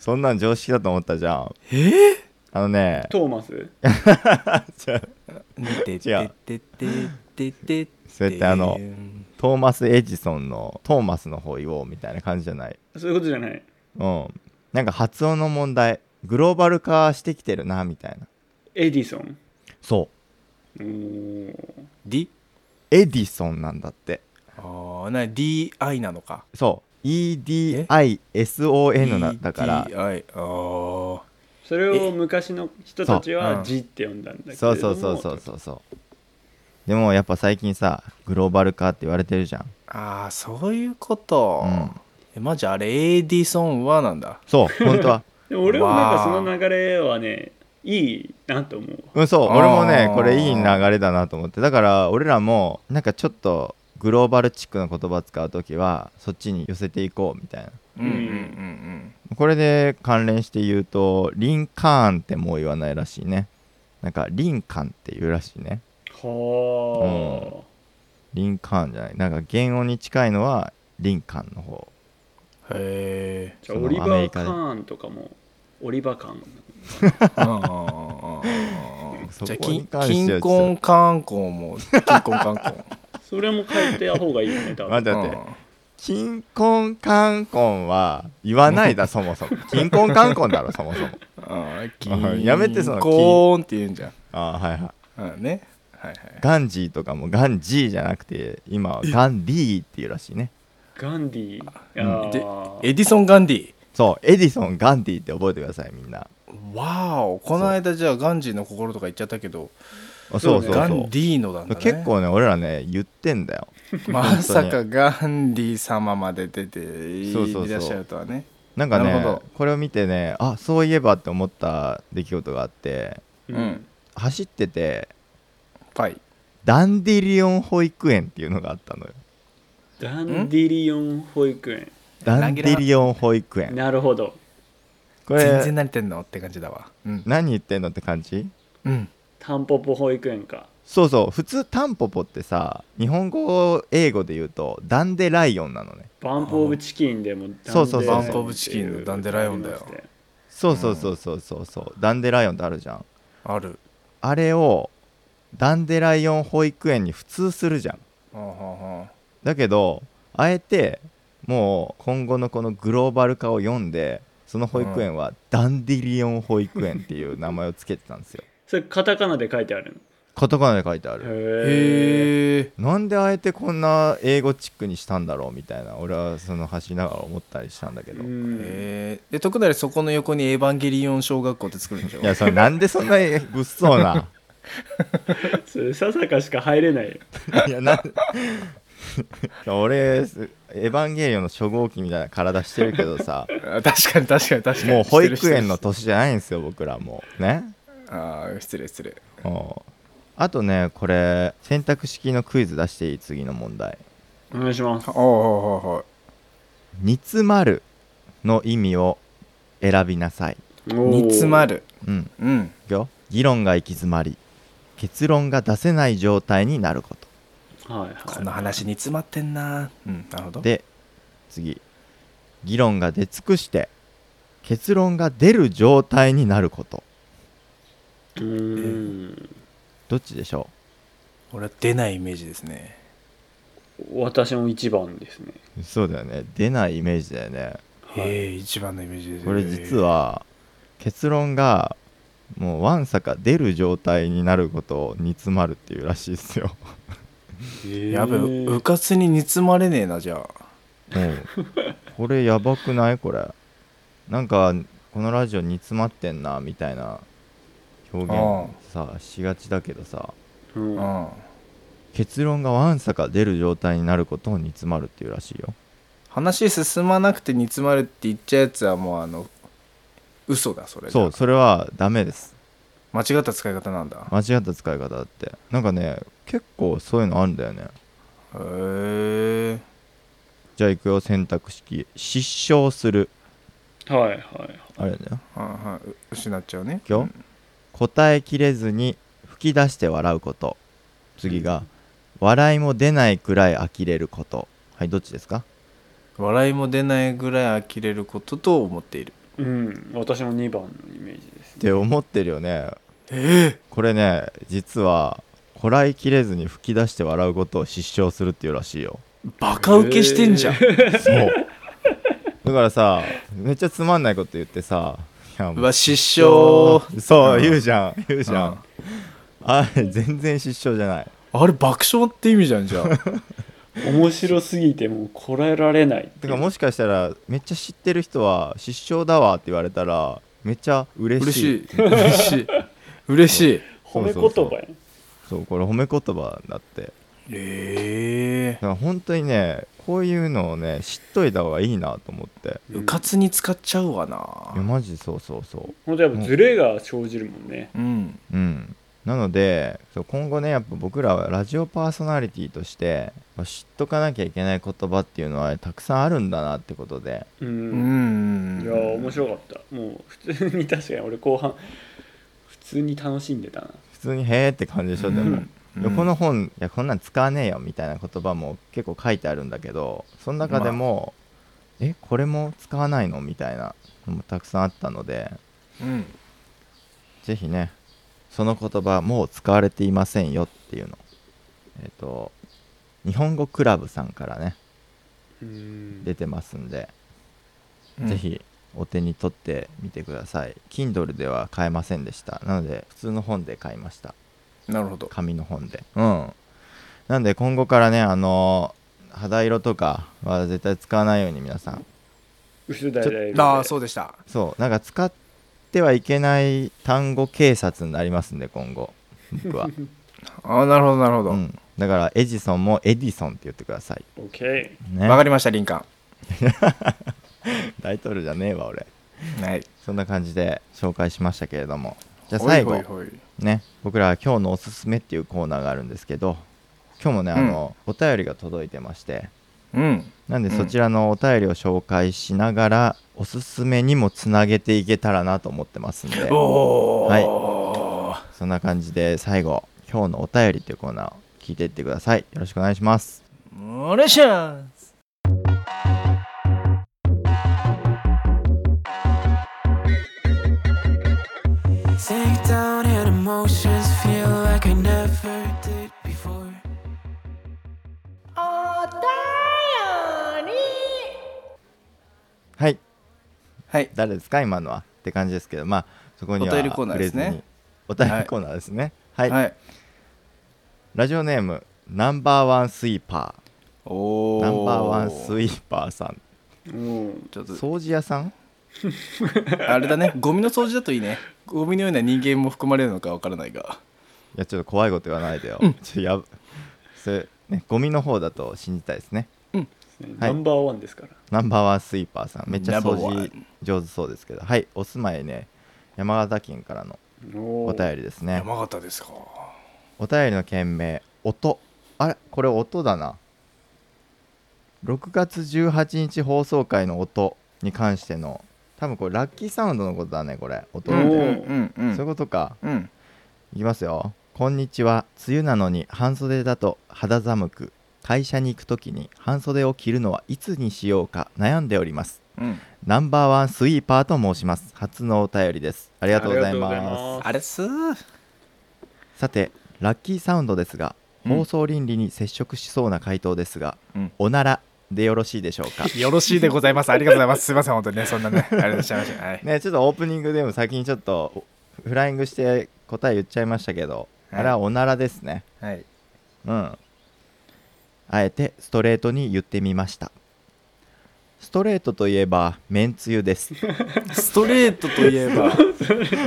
[SPEAKER 2] そんなん常識だと思ったじゃんえあのね
[SPEAKER 3] トーマス
[SPEAKER 2] じゃあ
[SPEAKER 4] て
[SPEAKER 2] 違う
[SPEAKER 4] ててててて
[SPEAKER 2] それってあのトーマス・エジソンのトーマスの方言おうみたいな感じじゃない
[SPEAKER 3] そういうことじゃない。
[SPEAKER 2] うんなんか発音の問題グローバル化してきてるなみたいな
[SPEAKER 3] エディソン。
[SPEAKER 2] そう
[SPEAKER 3] おー
[SPEAKER 4] ディ
[SPEAKER 2] エディソンなんだって
[SPEAKER 4] ああなに DI なのか
[SPEAKER 2] そう EDISON なだから
[SPEAKER 4] DI ああ
[SPEAKER 3] それを昔の人たち
[SPEAKER 4] そうう
[SPEAKER 3] は
[SPEAKER 4] ん
[SPEAKER 3] ジって呼んだんだけれど
[SPEAKER 2] そ
[SPEAKER 3] も
[SPEAKER 2] うそうそうそうそうそうでもやっぱ最近さグローバル化って言われてるじゃん
[SPEAKER 4] あーそういうこと、
[SPEAKER 2] うん
[SPEAKER 4] えマジあれエディソンはなんだ
[SPEAKER 2] そう本当は
[SPEAKER 3] でも俺はなんかそ
[SPEAKER 4] わあ
[SPEAKER 3] の流れはね、いいなと思う。
[SPEAKER 2] うんそう
[SPEAKER 4] あー
[SPEAKER 2] 俺もねこれいい流れだなと思ってだから俺らもなんかちょっとグローバルチックな言葉使う時はそっちに寄せていこうみたいな
[SPEAKER 4] うんうんうん
[SPEAKER 2] これで関連して言うとリンカーンってもう言わないらしいねなんかリンカンって言うらしいね
[SPEAKER 3] は
[SPEAKER 2] リンカーンじゃないなんか原音に近いのはリンカンの方
[SPEAKER 4] うんへえ
[SPEAKER 3] あ。じゃあ
[SPEAKER 2] その
[SPEAKER 3] オリバ
[SPEAKER 2] アメリ
[SPEAKER 3] ー・カ
[SPEAKER 2] カで
[SPEAKER 3] ーンとかも、オリバー・カーン。
[SPEAKER 2] そ
[SPEAKER 4] じゃあ
[SPEAKER 2] こ
[SPEAKER 4] 金
[SPEAKER 2] に関してはちょっ
[SPEAKER 4] 金
[SPEAKER 2] と
[SPEAKER 4] 婚観光も金婚観 光
[SPEAKER 3] それも変えてた方がいいよね、多
[SPEAKER 2] ま
[SPEAKER 3] 分。
[SPEAKER 2] だって、金婚観婚は言わな いだそもそも金婚観婚だろそもそも
[SPEAKER 4] うん、
[SPEAKER 2] やめてその金
[SPEAKER 4] 金婚って言うんじゃん
[SPEAKER 2] ああはいはい
[SPEAKER 4] うんねはいはい
[SPEAKER 2] ガンジーとかもガンジーじゃなくて今はガンディーっていうらしいね
[SPEAKER 3] ガンディー。
[SPEAKER 4] エディソン・ガンディ
[SPEAKER 2] そうエディソンガンディーって覚えてくださいみんな
[SPEAKER 4] わおこの間じゃあガンジーの心とか言っちゃったけど
[SPEAKER 2] あそうそうそう
[SPEAKER 4] ガンディーノなんだね
[SPEAKER 2] 結構ね俺らね言ってんだよ
[SPEAKER 4] まさかガンディー様まで出て
[SPEAKER 2] そうそうそう
[SPEAKER 4] いらっしゃるとはね
[SPEAKER 2] なんかね
[SPEAKER 4] なるほど
[SPEAKER 2] これを見てねあそういえばって思った出来事があって
[SPEAKER 3] う
[SPEAKER 4] うんん。
[SPEAKER 2] 走ってて
[SPEAKER 4] パイ
[SPEAKER 2] ダンディリオン保育園っていうのがあったのよ
[SPEAKER 3] ダンディリオン保育園。
[SPEAKER 2] ダンディリオン保育園
[SPEAKER 3] なるほど。
[SPEAKER 2] こ
[SPEAKER 4] 全然
[SPEAKER 2] れ
[SPEAKER 4] 慣れてんのって感じだわうん
[SPEAKER 2] 何言ってんのって感じ
[SPEAKER 4] うん
[SPEAKER 3] タンポポ保育園か。
[SPEAKER 2] そうそう普通タンポポってさ日本語を英語で言うとダンデライオンなのね
[SPEAKER 3] バンプ・オブ・チキンでも
[SPEAKER 2] そ
[SPEAKER 3] ダンデライオン
[SPEAKER 2] うそうそう
[SPEAKER 3] っ
[SPEAKER 2] バ
[SPEAKER 3] てい
[SPEAKER 2] ンプオ
[SPEAKER 4] ブチキンのダンデライオンだよ
[SPEAKER 2] そうそうそうそうそうそう、ダンデライオンってあるじゃん
[SPEAKER 4] ある
[SPEAKER 2] あれをダンデライオン保育園に普通するじゃん
[SPEAKER 4] はあは
[SPEAKER 2] だけどあえてもう今後のこのグローバル化を読んでその保育園はダンディリオン保育園っていう名前を付けてたんですよ
[SPEAKER 3] それカタカナで書いてある
[SPEAKER 2] カタカナで書いてあ
[SPEAKER 3] の
[SPEAKER 2] る
[SPEAKER 4] あはあ
[SPEAKER 3] へえ
[SPEAKER 4] へえ
[SPEAKER 2] なんであえてこんな英語チックにしたんだろうみたいな俺はその走りながら思ったりしたんだけど、い
[SPEAKER 4] えー、で徳成そこの横にエヴァンゲリオン小学校って作るんでしょ
[SPEAKER 2] やそれなんでそんな物騒な
[SPEAKER 3] それささかしか入れないよ
[SPEAKER 2] いやなん 俺エヴァンゲリオンの初号機みたいな体してるけどさ
[SPEAKER 4] あ確かに確かに確かに
[SPEAKER 2] もう保育園の
[SPEAKER 4] と
[SPEAKER 2] 年じゃないんですよ僕らもうね
[SPEAKER 4] ああ失礼失礼
[SPEAKER 2] うんあとねこれ選択式のクイズ出していい次の問題
[SPEAKER 3] お願いします
[SPEAKER 4] ああはいはい
[SPEAKER 2] 「煮詰まる」の意味を選びなさい
[SPEAKER 4] 煮詰ま
[SPEAKER 3] る
[SPEAKER 4] る
[SPEAKER 2] うん
[SPEAKER 4] うん
[SPEAKER 2] いくよ議論が行き詰まり結論が出せない状態になること
[SPEAKER 3] はいはい
[SPEAKER 4] この話煮詰まってんなうんなるほど
[SPEAKER 2] で次議論が出尽くして結論が出る状態になること
[SPEAKER 3] うーん
[SPEAKER 2] どっちでしょ
[SPEAKER 4] 俺は出ないイメージですね
[SPEAKER 3] 私も一番ですね
[SPEAKER 2] うそうだよね出ないイメージだよね
[SPEAKER 3] はい
[SPEAKER 4] ええ一番のイメージです
[SPEAKER 2] これ実は結論がもうわんさか出る状態になることを煮詰まるっていうらしいですよ
[SPEAKER 4] やべ
[SPEAKER 3] へ
[SPEAKER 4] え
[SPEAKER 3] ー
[SPEAKER 4] うかつに煮詰まれねえなじゃあ
[SPEAKER 2] うんこれやばくないこれなんかこのラジオ煮詰まってんなみたいな表現さしがちだけどさ
[SPEAKER 3] うん
[SPEAKER 4] うん
[SPEAKER 2] 結論がわんさか出る状態になることを煮詰まるっていうらしいよ
[SPEAKER 4] 話進まなくて煮詰まるって言っちゃうやつはもうあの嘘だそれ
[SPEAKER 2] そうそれはダメです
[SPEAKER 4] 間違った使い方なんだ
[SPEAKER 2] 間違った使い方だってなんかね結構そういうのあるんだよね
[SPEAKER 4] へえ
[SPEAKER 2] じゃあいくよ選択式失笑する
[SPEAKER 3] はいはい
[SPEAKER 2] あれだよ
[SPEAKER 4] はいはいう失っちゃうね
[SPEAKER 2] 今日答えきれずに吹き出して笑うこと次が笑いも出ないくらい呆れることはいどっちですか
[SPEAKER 4] 笑いも出ないぐらい呆れることと思っている
[SPEAKER 3] うん私も2番のイメージです
[SPEAKER 2] て思ってるよねこれね実はこらえきれずに吹き出して笑うことを失笑するっていうらしいよ
[SPEAKER 4] バカウケしてんじゃん、
[SPEAKER 2] そうだからさめっちゃつまんないこと言ってさいやも
[SPEAKER 4] う
[SPEAKER 2] う
[SPEAKER 4] わ失笑
[SPEAKER 2] そう言うじゃん言うじゃ
[SPEAKER 4] うん
[SPEAKER 2] んあれ全然失笑じゃない
[SPEAKER 4] あれ爆笑って意味じゃんじゃあ
[SPEAKER 3] 面白すぎてもうこらえられないっ
[SPEAKER 2] だか
[SPEAKER 3] ていう
[SPEAKER 2] らもしかしたらめっちゃ知ってる人は失笑だわって言われたらめっちゃ嬉しい
[SPEAKER 4] 嬉しい嬉しい嬉しい
[SPEAKER 3] 褒め言葉や
[SPEAKER 2] そうこれ褒め言葉だってだ
[SPEAKER 4] え
[SPEAKER 2] から本当にねこういうのをね知っといた方がいいなと思って
[SPEAKER 4] えうかつに使っちゃうわない
[SPEAKER 2] やマジそうそうそう
[SPEAKER 3] 本当やっぱズレが生じるもんね
[SPEAKER 4] うん
[SPEAKER 2] うん、なのでそう今後ねやっぱ僕らはラジオパーソナリティとしてまあ知っとかなきゃいけない言葉っていうのはたくさんあるんだなってことで
[SPEAKER 3] う
[SPEAKER 4] うんん
[SPEAKER 3] いやー面白かったもう普通に確かに俺後半普通に楽しんでたな
[SPEAKER 2] 普通に「へーって感じでしょでも、
[SPEAKER 4] うん
[SPEAKER 2] でこの本いやこんなん使わねえよみたいな言葉も結構書いてあるんだけどその中でも「えこれも使わないの?」みたいなのもたくさんあったので
[SPEAKER 4] うん
[SPEAKER 2] ぜひねその言葉もう使われていませんよっていうのえっ、と日本語クラブさんからね
[SPEAKER 3] うん
[SPEAKER 2] 出てますんで、
[SPEAKER 4] うん
[SPEAKER 2] ぜひお手に取ってみてください Kindle では買えませんでしたなので普通の本で買いました
[SPEAKER 4] なるほど
[SPEAKER 2] 紙の本でうんなんで今後からねあのー肌色とかは絶対使わないように皆さん
[SPEAKER 3] 薄だいだい
[SPEAKER 4] ああそうでした
[SPEAKER 2] そうなんか使ってはいけない単語警察になりますんで今後僕は、
[SPEAKER 4] ああなるほどなるほど
[SPEAKER 2] う
[SPEAKER 4] わ、
[SPEAKER 2] ん、だからエジソンもエディソンって言ってください、
[SPEAKER 3] オッケ
[SPEAKER 2] ね、
[SPEAKER 4] かりました林間
[SPEAKER 2] 大統領じゃねえわ俺
[SPEAKER 4] はい
[SPEAKER 2] そんな感じで紹介しましたけれどもじゃあ
[SPEAKER 4] ほい
[SPEAKER 2] 最後
[SPEAKER 4] ほいほい
[SPEAKER 2] ね、僕らは今日のおすすめっていうコーナーがあるんですけど今日もね、あのお便りが届いてまして
[SPEAKER 4] うん
[SPEAKER 2] なんでそちらのお便りを紹介しながら、おすすめにもつなげていけたらなと思ってますんで
[SPEAKER 4] おー
[SPEAKER 2] はそんな感じで最後今日のお便りっていうコーナーを聞いていってくださいよろしくお願いします
[SPEAKER 4] お願いします
[SPEAKER 5] Oh,
[SPEAKER 2] はい
[SPEAKER 4] はい
[SPEAKER 2] 誰ですか今のはって感じですけどまあそこには
[SPEAKER 4] お便りコーナーですね
[SPEAKER 2] 触れずにお便りコーナーですねはい、
[SPEAKER 4] はい
[SPEAKER 2] ラジオネームナンバーワンスイーパ
[SPEAKER 4] おお
[SPEAKER 2] ーナンバーワンスイーパーさん
[SPEAKER 3] ーうん
[SPEAKER 4] ちょっと
[SPEAKER 2] 掃除屋さん
[SPEAKER 4] あれだねゴミの掃除だといいねゴミのような人間も含まれるのかわからないが
[SPEAKER 2] いやちょっと怖いこと言わないでよ、ちょっとやばそれねゴミの方だと信じたいですね
[SPEAKER 3] ナンバーワンですから
[SPEAKER 2] ナンバーワンスイーパーさんめっちゃ
[SPEAKER 4] ナ
[SPEAKER 2] 掃
[SPEAKER 4] ンバーワ
[SPEAKER 2] 除
[SPEAKER 4] ン
[SPEAKER 2] 上手そうですけどはいお住まいね山形県からの
[SPEAKER 3] お
[SPEAKER 2] お
[SPEAKER 3] ー
[SPEAKER 2] 便りですね
[SPEAKER 4] 山形ですか
[SPEAKER 2] お便りの件名音あれこれ音だな6月18日放送回の音に関しての多分これラッキーサウンドのことだねこれ音
[SPEAKER 4] うん
[SPEAKER 2] っ
[SPEAKER 4] う
[SPEAKER 2] て、
[SPEAKER 4] んう
[SPEAKER 2] そういうんことか
[SPEAKER 4] うん
[SPEAKER 2] いきますよこんにちは梅雨なのに半袖だと肌寒く会社に行く時に半袖を着るのはいつにしようか悩んでおります
[SPEAKER 4] うん
[SPEAKER 2] ナンバーワンスイーパーと申します初のお便りですありがとうござい
[SPEAKER 3] ありがと
[SPEAKER 2] ます
[SPEAKER 3] うございます
[SPEAKER 4] あれっす
[SPEAKER 2] さてラッキーサウンドですが
[SPEAKER 4] うん
[SPEAKER 2] 放送倫理に接触しそうな回答ですが、
[SPEAKER 4] うん
[SPEAKER 2] おならでよろしいでしょうか
[SPEAKER 4] よろしいでございますありがとうございますすいません本当にねそんなねありがとうございましたはい
[SPEAKER 2] ねちょっとオープニングでも先にちょっとフライングして答え言っちゃいましたけど、
[SPEAKER 4] はい
[SPEAKER 2] あれはおならですね
[SPEAKER 4] はい
[SPEAKER 2] うんあえてストレートに言ってみましたストレートといえばめんつゆです
[SPEAKER 4] ストレートといえ ば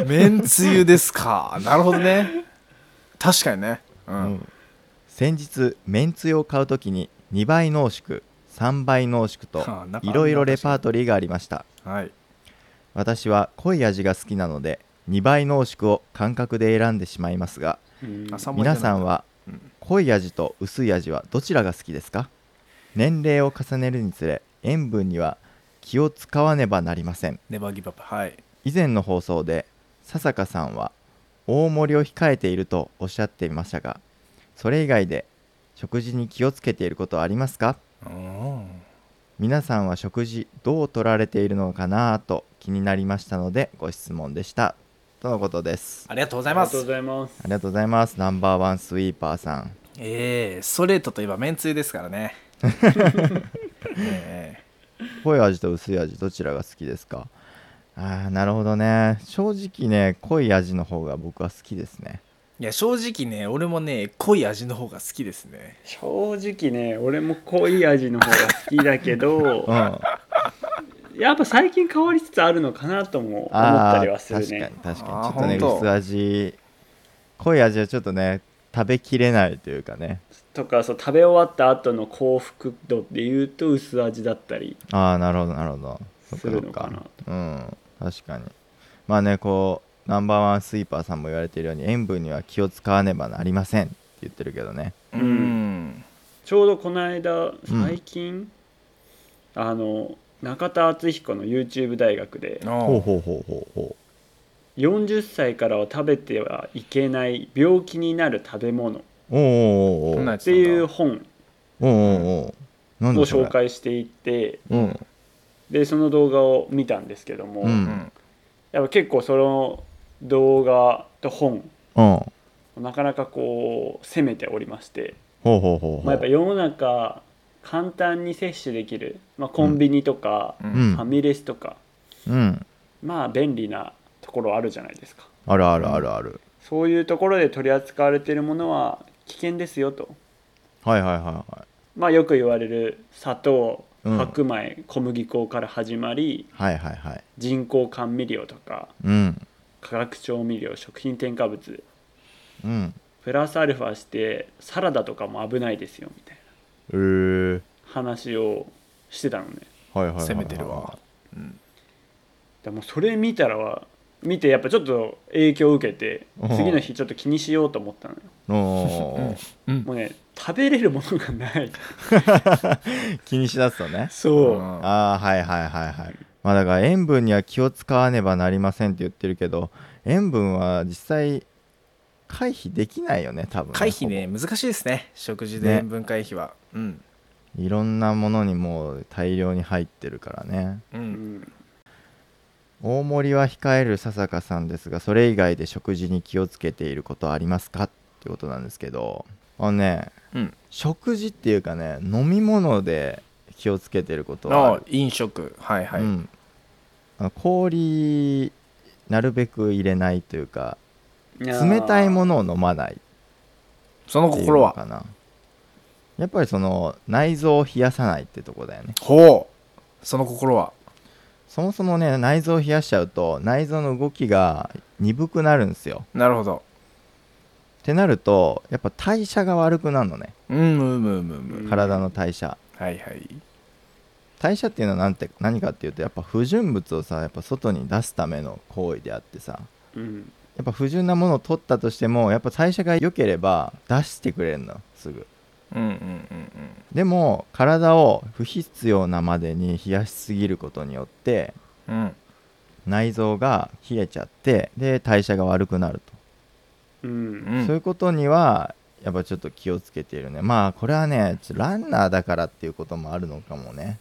[SPEAKER 4] めんつゆですかなるほどね確かにねうん、
[SPEAKER 2] うん先日めんつゆを買う時に2倍濃縮3倍濃縮と
[SPEAKER 4] はあなんかあんない
[SPEAKER 2] ろいろレパートリーがありました
[SPEAKER 4] はい
[SPEAKER 2] 私は濃い味が好きなので2倍濃縮を感覚で選んでしまいますが
[SPEAKER 3] うん
[SPEAKER 4] 朝もいらな
[SPEAKER 2] 皆
[SPEAKER 4] い
[SPEAKER 2] さんは
[SPEAKER 4] うん
[SPEAKER 2] 濃い味と薄い味はどちらが好きですか年齢を重ねるにつれ塩分には気を使わねばなりません
[SPEAKER 4] ネバーギブアップはい
[SPEAKER 2] 以前の放送で笹香さんは大盛りを控えているとおっしゃっていましたがそれ以外で食事に気をつけていることはありますか
[SPEAKER 4] うん
[SPEAKER 2] 皆さんは食事どう取られているのかなと気になりましたのでご質問でしたとのことですあ
[SPEAKER 4] ありがとうござ
[SPEAKER 3] あ
[SPEAKER 4] い
[SPEAKER 3] りが
[SPEAKER 4] ま
[SPEAKER 3] とう
[SPEAKER 4] す
[SPEAKER 3] ございます。
[SPEAKER 2] りがとうございますナンバーワンスイーパーさん
[SPEAKER 4] ええストレートといえばめんつゆですから ねええ
[SPEAKER 2] 濃い味と薄い味どちらが好きですかあーなるほどね正直ね濃い味の方が僕は好きですね
[SPEAKER 4] いや正直ね俺もね濃い味の方が好きですね
[SPEAKER 3] 正直ね、俺も濃い味の方が好きだけど
[SPEAKER 2] うん、あ
[SPEAKER 3] やっぱ最近変わりつつあるのかなとも思った
[SPEAKER 2] あ
[SPEAKER 3] り
[SPEAKER 2] ー
[SPEAKER 3] はする
[SPEAKER 2] 確か
[SPEAKER 3] ね
[SPEAKER 2] に。確
[SPEAKER 4] あー
[SPEAKER 2] かにちょっと
[SPEAKER 4] ほ
[SPEAKER 2] ね
[SPEAKER 4] んと
[SPEAKER 2] 薄味濃い味はちょっとね食べきれないというかね
[SPEAKER 3] とかそう食べ終わった後の幸福度でいうと薄味だったり
[SPEAKER 2] ああなるほどなるほどそっ
[SPEAKER 3] す
[SPEAKER 2] か
[SPEAKER 3] る
[SPEAKER 2] そ
[SPEAKER 3] の
[SPEAKER 2] っ
[SPEAKER 3] か
[SPEAKER 2] か
[SPEAKER 3] な
[SPEAKER 2] うん確かにまあねこうナンバーワンスイーパーさんも言われているように塩分には気を使わねばなりませんって言ってるけどね
[SPEAKER 3] うん
[SPEAKER 4] うん
[SPEAKER 3] ちょうどこの間最近、あの中田敦彦の YouTube 大学で
[SPEAKER 2] ほう
[SPEAKER 4] の
[SPEAKER 2] ほうほうほうほ
[SPEAKER 3] 40歳からは食べてはいけない病気になる食べ物っ
[SPEAKER 2] うおうおうおう
[SPEAKER 4] こんなやつ
[SPEAKER 3] ていう
[SPEAKER 4] なんだ
[SPEAKER 3] 本
[SPEAKER 2] おうおうおう
[SPEAKER 3] を
[SPEAKER 2] 何でしょ
[SPEAKER 3] 紹
[SPEAKER 2] う
[SPEAKER 3] 介していて
[SPEAKER 2] うん
[SPEAKER 3] でその動画を見たんですけども、
[SPEAKER 2] うん
[SPEAKER 4] うん
[SPEAKER 3] やっぱ結構その動画と本
[SPEAKER 2] うんほ
[SPEAKER 3] なかなかこう攻めておりまして、
[SPEAKER 2] うほうほうほう、
[SPEAKER 3] まあ、やっぱ世の中簡単に摂取できる、まあ、コンビニとか、
[SPEAKER 4] う
[SPEAKER 2] うんん
[SPEAKER 3] ファミレスとか
[SPEAKER 2] うん
[SPEAKER 3] まあ便利なところあるじゃないですか
[SPEAKER 2] あるあるあるある、
[SPEAKER 3] そういうところで取り扱われているものは危険ですよと、
[SPEAKER 2] はいはいはいはい
[SPEAKER 3] まあ、よく言われる砂糖
[SPEAKER 2] うん
[SPEAKER 3] 白米小麦粉から始まり
[SPEAKER 2] はいはいはい
[SPEAKER 3] 人工甘味料とか
[SPEAKER 2] うん
[SPEAKER 3] 化学調味料食品添加物
[SPEAKER 2] うん
[SPEAKER 3] プラスアルファしてサラダとかも危ないですよみたいな
[SPEAKER 2] えー、
[SPEAKER 3] 話をしてたのね
[SPEAKER 2] はいはいはいはい
[SPEAKER 4] 攻めてるわ
[SPEAKER 3] でもうそれ見たらは見てやっぱちょっと影響を受けて
[SPEAKER 2] うん
[SPEAKER 3] 次の日ちょっと気にしようと思ったのよ
[SPEAKER 2] おお
[SPEAKER 3] もうね食べれるものがない
[SPEAKER 2] 気にしだすとね
[SPEAKER 3] そう
[SPEAKER 2] ああはいはいはいはいまあだから塩分には気を使わねばなりませんって言ってるけど塩分は実際回避できないよね多分
[SPEAKER 4] 回避ね難しいですね食事
[SPEAKER 2] ね
[SPEAKER 4] で塩分回避は、うん
[SPEAKER 2] ほぼいろんなものにもう大量に入ってるからね
[SPEAKER 4] う
[SPEAKER 3] うんん
[SPEAKER 2] 大盛りは控える笹香さんですがそれ以外で食事に気をつけていることはありますかってことなんですけどあのね
[SPEAKER 4] うん
[SPEAKER 2] 食事っていうかね飲み物で気をつけてることはあ
[SPEAKER 4] あ
[SPEAKER 2] る
[SPEAKER 4] 飲食はいはい、
[SPEAKER 2] うん、あの氷なるべく入れないというか冷たいものを飲まないって
[SPEAKER 4] その
[SPEAKER 2] いう
[SPEAKER 4] 心
[SPEAKER 2] の
[SPEAKER 4] は
[SPEAKER 2] かなやっぱりその内臓を冷やさないってとこだよね
[SPEAKER 4] ほうその心は
[SPEAKER 2] そもそもね内臓を冷やしちゃうと内臓の動きが鈍くなるんですよ
[SPEAKER 4] なるほど
[SPEAKER 2] ってなるとやっぱ代謝が悪くなるのね
[SPEAKER 4] うんうんうんうんうん
[SPEAKER 3] うん
[SPEAKER 2] 体の代謝、
[SPEAKER 4] はいはい
[SPEAKER 2] 代謝っていうのはなんて何かっていうとやっぱ不純物をさやっぱ外に出すための行為であってさ
[SPEAKER 3] うん
[SPEAKER 2] やっぱ不純なものを取ったとしてもやっぱ代謝が良ければ出してくれるのすぐ
[SPEAKER 4] うんうんうん
[SPEAKER 2] でも体を不必要なまでに冷やしすぎることによって
[SPEAKER 4] うんうん
[SPEAKER 2] 内臓が冷えちゃってで代謝が悪くなると、
[SPEAKER 3] うん
[SPEAKER 4] うん
[SPEAKER 2] そういうことにはやっぱちょっと気をつけているねまあこれはねちょっとランナーだからっていうこともあるのかもね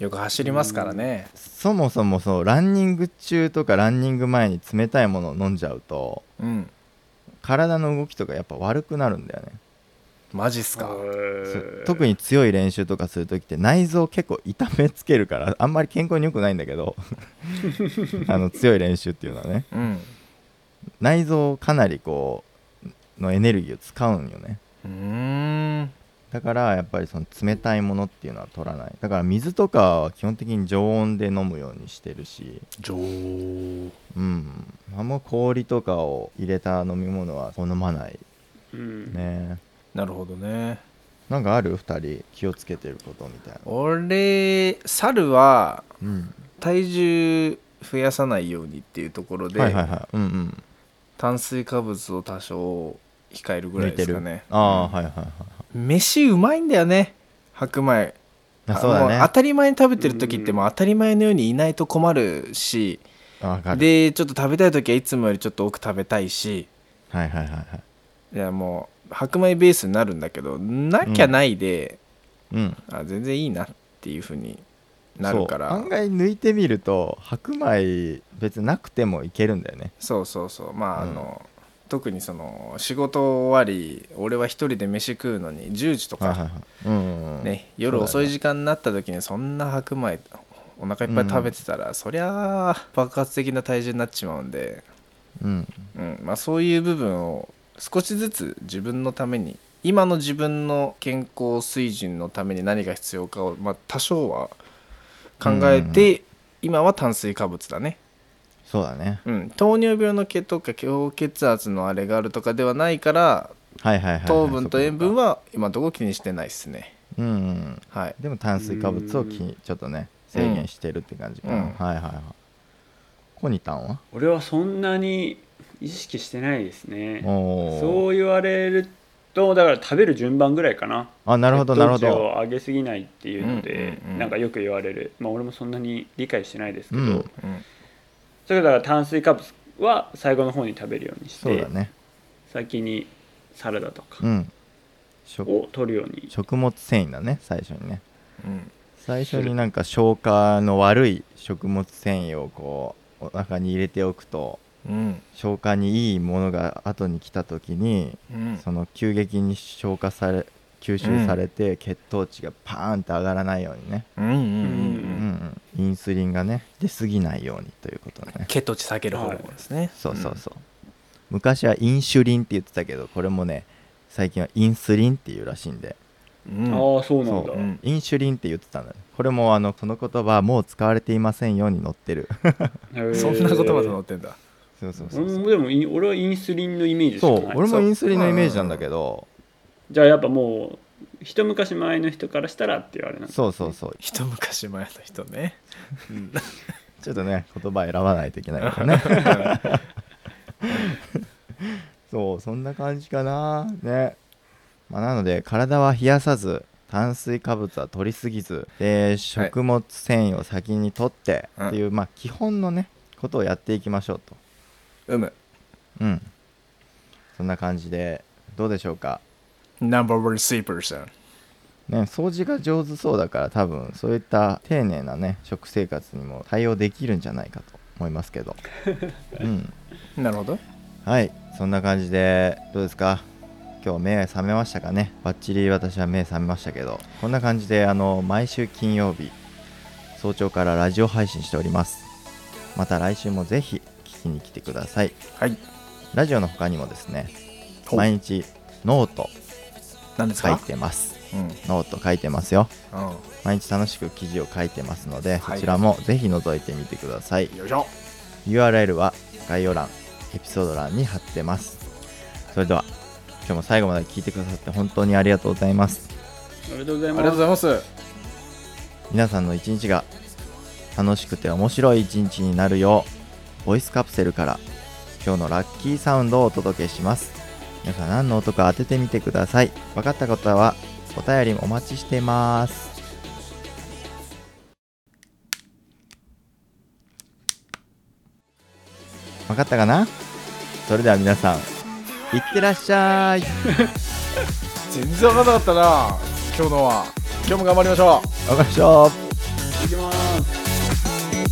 [SPEAKER 4] よく走りますからね
[SPEAKER 2] そもそもそうランニング中とかランニング前に冷たいものを飲んじゃうと
[SPEAKER 4] うん
[SPEAKER 2] 体の動きとかやっぱ悪くなるんだよね
[SPEAKER 4] マジっすか
[SPEAKER 2] そう特に強い練習とかする時って内臓結構痛めつけるから あんまり健康に良くないんだけ どあの強い練習っていうのはね
[SPEAKER 4] うん
[SPEAKER 2] 内臓をかなりこうのエネルギーを使うんよね
[SPEAKER 4] うーん
[SPEAKER 2] だからやっぱりその冷たいものっていうのは取らないだから水とかは基本的に常温で飲むようにしてるし
[SPEAKER 4] 上うん
[SPEAKER 2] うんあんま氷とかを入れた飲み物は好まない
[SPEAKER 3] うん
[SPEAKER 2] ね
[SPEAKER 4] なるほどね
[SPEAKER 2] なんかある2人気をつけてることみたいな
[SPEAKER 4] 俺猿は
[SPEAKER 2] うん
[SPEAKER 4] 体重増やさないようにっていうところで、
[SPEAKER 2] はいはいはいうんうん
[SPEAKER 4] 炭水化物を多少控えるぐらいですか
[SPEAKER 2] 抜いて
[SPEAKER 4] ね
[SPEAKER 2] るああーはいはいはい
[SPEAKER 4] 飯うまいんだよね白米
[SPEAKER 2] あそうだね
[SPEAKER 4] も当たり前に食べてる時って
[SPEAKER 3] うん
[SPEAKER 4] もう当たり前のようにいないと困るし、
[SPEAKER 2] わかる
[SPEAKER 4] でちょっと食べたい時はいつもよりちょっと多く食べたいし
[SPEAKER 2] はいはいはいはい
[SPEAKER 4] いやもう白米ベースになるんだけどなきゃないで、
[SPEAKER 2] うん
[SPEAKER 4] あ全然いいなっっていうふうになるか
[SPEAKER 2] そう
[SPEAKER 4] ら
[SPEAKER 2] 案外抜いてみると白米別になくてもいけるんだよね
[SPEAKER 4] そうそうそうまああ
[SPEAKER 2] うん
[SPEAKER 4] の、特にその仕事終わり俺は一人で飯食うのに10時と
[SPEAKER 2] はいはい
[SPEAKER 4] か、
[SPEAKER 2] はいうんうん
[SPEAKER 4] ね、夜遅い
[SPEAKER 2] 時
[SPEAKER 4] 時間になった時にそんな白米お腹いっぱい食べてたら、そりゃあ爆発的な体重になっちまうんで、
[SPEAKER 2] うん
[SPEAKER 4] うんまあ、そういう部分を少しずつ自分のために今の自分の健康水準のために何が必要かを、まあ、多少は考えて、今は炭水化物だね
[SPEAKER 2] そうだね
[SPEAKER 4] うん、糖尿病の血糖か高血圧のあれがあるとかではないから
[SPEAKER 2] はいはいはいはい
[SPEAKER 4] 糖分と塩分
[SPEAKER 2] は
[SPEAKER 4] は今どこ気にしてないですね
[SPEAKER 2] うんうん
[SPEAKER 4] はい
[SPEAKER 2] でも炭水化物をきちょっとね制限してるって感じかな、
[SPEAKER 4] うん
[SPEAKER 2] はいはいはいコニタンは
[SPEAKER 3] 俺はそんなに意識してないですね
[SPEAKER 2] おー
[SPEAKER 3] そう言われるとだから食べる順番ぐらいかな
[SPEAKER 2] あなるほどなるほ
[SPEAKER 3] 血糖値
[SPEAKER 2] ど
[SPEAKER 3] を上げすぎないっていうので、
[SPEAKER 4] うんうんうん
[SPEAKER 3] なんかよく言われるまあ俺もそんなに理解してないですけ
[SPEAKER 2] う
[SPEAKER 3] ど、
[SPEAKER 2] ん
[SPEAKER 4] うん
[SPEAKER 3] それだから炭水化物は最後の方に食べるようにし
[SPEAKER 2] そう
[SPEAKER 3] て、
[SPEAKER 2] だね
[SPEAKER 3] 先にサラダとか
[SPEAKER 2] うん食
[SPEAKER 3] を取るように、
[SPEAKER 2] 食物繊維だね最初にね
[SPEAKER 4] うん
[SPEAKER 2] 最初になんか消化の悪い食物繊維をこうお腹に入れておくと
[SPEAKER 4] うん
[SPEAKER 2] 消化にいいものが後に来た時に、
[SPEAKER 4] うん
[SPEAKER 2] その急激に消化され吸収されて血糖値がパーンと上がらないようにね、
[SPEAKER 4] うんうんうん
[SPEAKER 2] うんう
[SPEAKER 3] ん
[SPEAKER 2] んインスリンがね出過ぎないようにということね
[SPEAKER 4] 血糖値下げる方法ですね
[SPEAKER 2] そうそうそう、昔はインシュリンって言ってたけどこれもね最近はインスリンっていうらしいんで
[SPEAKER 4] うん
[SPEAKER 3] ああそうなん
[SPEAKER 2] そ
[SPEAKER 3] だ
[SPEAKER 2] う、
[SPEAKER 4] ん
[SPEAKER 2] インシュリンって言ってたんだこれもあのこの言葉はもう使われていませんように載ってる
[SPEAKER 3] へー
[SPEAKER 4] そんなことまで載ってんだ
[SPEAKER 2] そうそうそう
[SPEAKER 3] 俺
[SPEAKER 2] そう
[SPEAKER 3] もでもイン俺はインスリンのイメージしか
[SPEAKER 2] そ
[SPEAKER 3] ないう
[SPEAKER 2] 俺もインスリンのイメージなんだけど
[SPEAKER 3] じゃあやっぱもう一昔前の人からしたらっていうあれなんだ
[SPEAKER 2] そうそうそう
[SPEAKER 4] 一昔前の人ね
[SPEAKER 2] ちょっとね言葉選ばないといけないからね そうそんな感じかなね、まあ、なので体は冷やさず炭水化物は取りすぎずで食物繊維を先に取って
[SPEAKER 4] うん
[SPEAKER 2] っていう、まあ基本のねことをやっていきましょうと
[SPEAKER 4] うむ
[SPEAKER 2] うんそんな感じでどうでしょうか
[SPEAKER 4] ナンバーワンスイーパーさん
[SPEAKER 2] ね掃除が上手そうだから多分そういった丁寧なね食生活にも対応できるんじゃないかと思いますけ どうん
[SPEAKER 4] なるほど
[SPEAKER 2] はいそんな感じでどうですか今日目覚めましたかねバッチリ私は目覚めましたけどこんな感じであの毎週金曜日早朝からラジオ配信しておりますまた来週もぜひ聞きに来てください
[SPEAKER 4] はい
[SPEAKER 2] ラジオの他にもですね
[SPEAKER 4] ほう
[SPEAKER 2] 毎日ノート
[SPEAKER 4] 何です
[SPEAKER 2] 書い
[SPEAKER 4] か
[SPEAKER 2] てます
[SPEAKER 4] うん
[SPEAKER 2] ノート書いてますよ
[SPEAKER 4] う
[SPEAKER 2] 毎日楽しく記事を書いてますので、
[SPEAKER 4] はい
[SPEAKER 2] そちらもぜひ覗いてみてください
[SPEAKER 4] んよいしょ
[SPEAKER 2] URL は概要欄エピソード欄に貼ってますそれでは今日も最後まで聞いてくださって本当にありがとうございます
[SPEAKER 3] ありがとうござ
[SPEAKER 4] あ
[SPEAKER 3] い
[SPEAKER 4] り
[SPEAKER 3] ま
[SPEAKER 4] が
[SPEAKER 3] す
[SPEAKER 4] とうございます
[SPEAKER 2] 皆さんの一日が楽しくて面白い一日になるようボイスカプセルから今日のラッキーサウンドをお届けします皆さん何の音か当ててみてください分かった方はお便りお待ちしてます分かったかなそれでは皆さんいってらっしゃい
[SPEAKER 4] 全然わかんなかったな今日のは今日も頑張りましょう
[SPEAKER 2] おかしょう
[SPEAKER 3] 行きます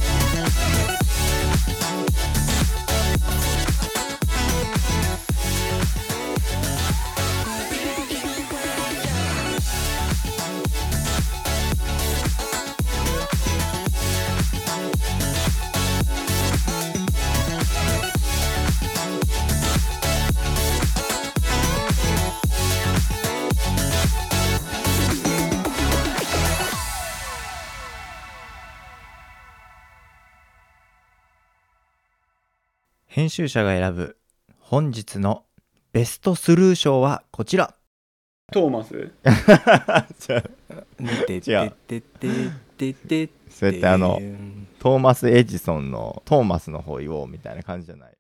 [SPEAKER 2] 編集者が選ぶ本日のベストスルー賞はこちら
[SPEAKER 3] トーマス
[SPEAKER 2] じゃ
[SPEAKER 4] 違
[SPEAKER 2] あ違う
[SPEAKER 4] う
[SPEAKER 2] そうやってあのトーマス・エジソンのトーマスの方言おうみたいな感じじゃない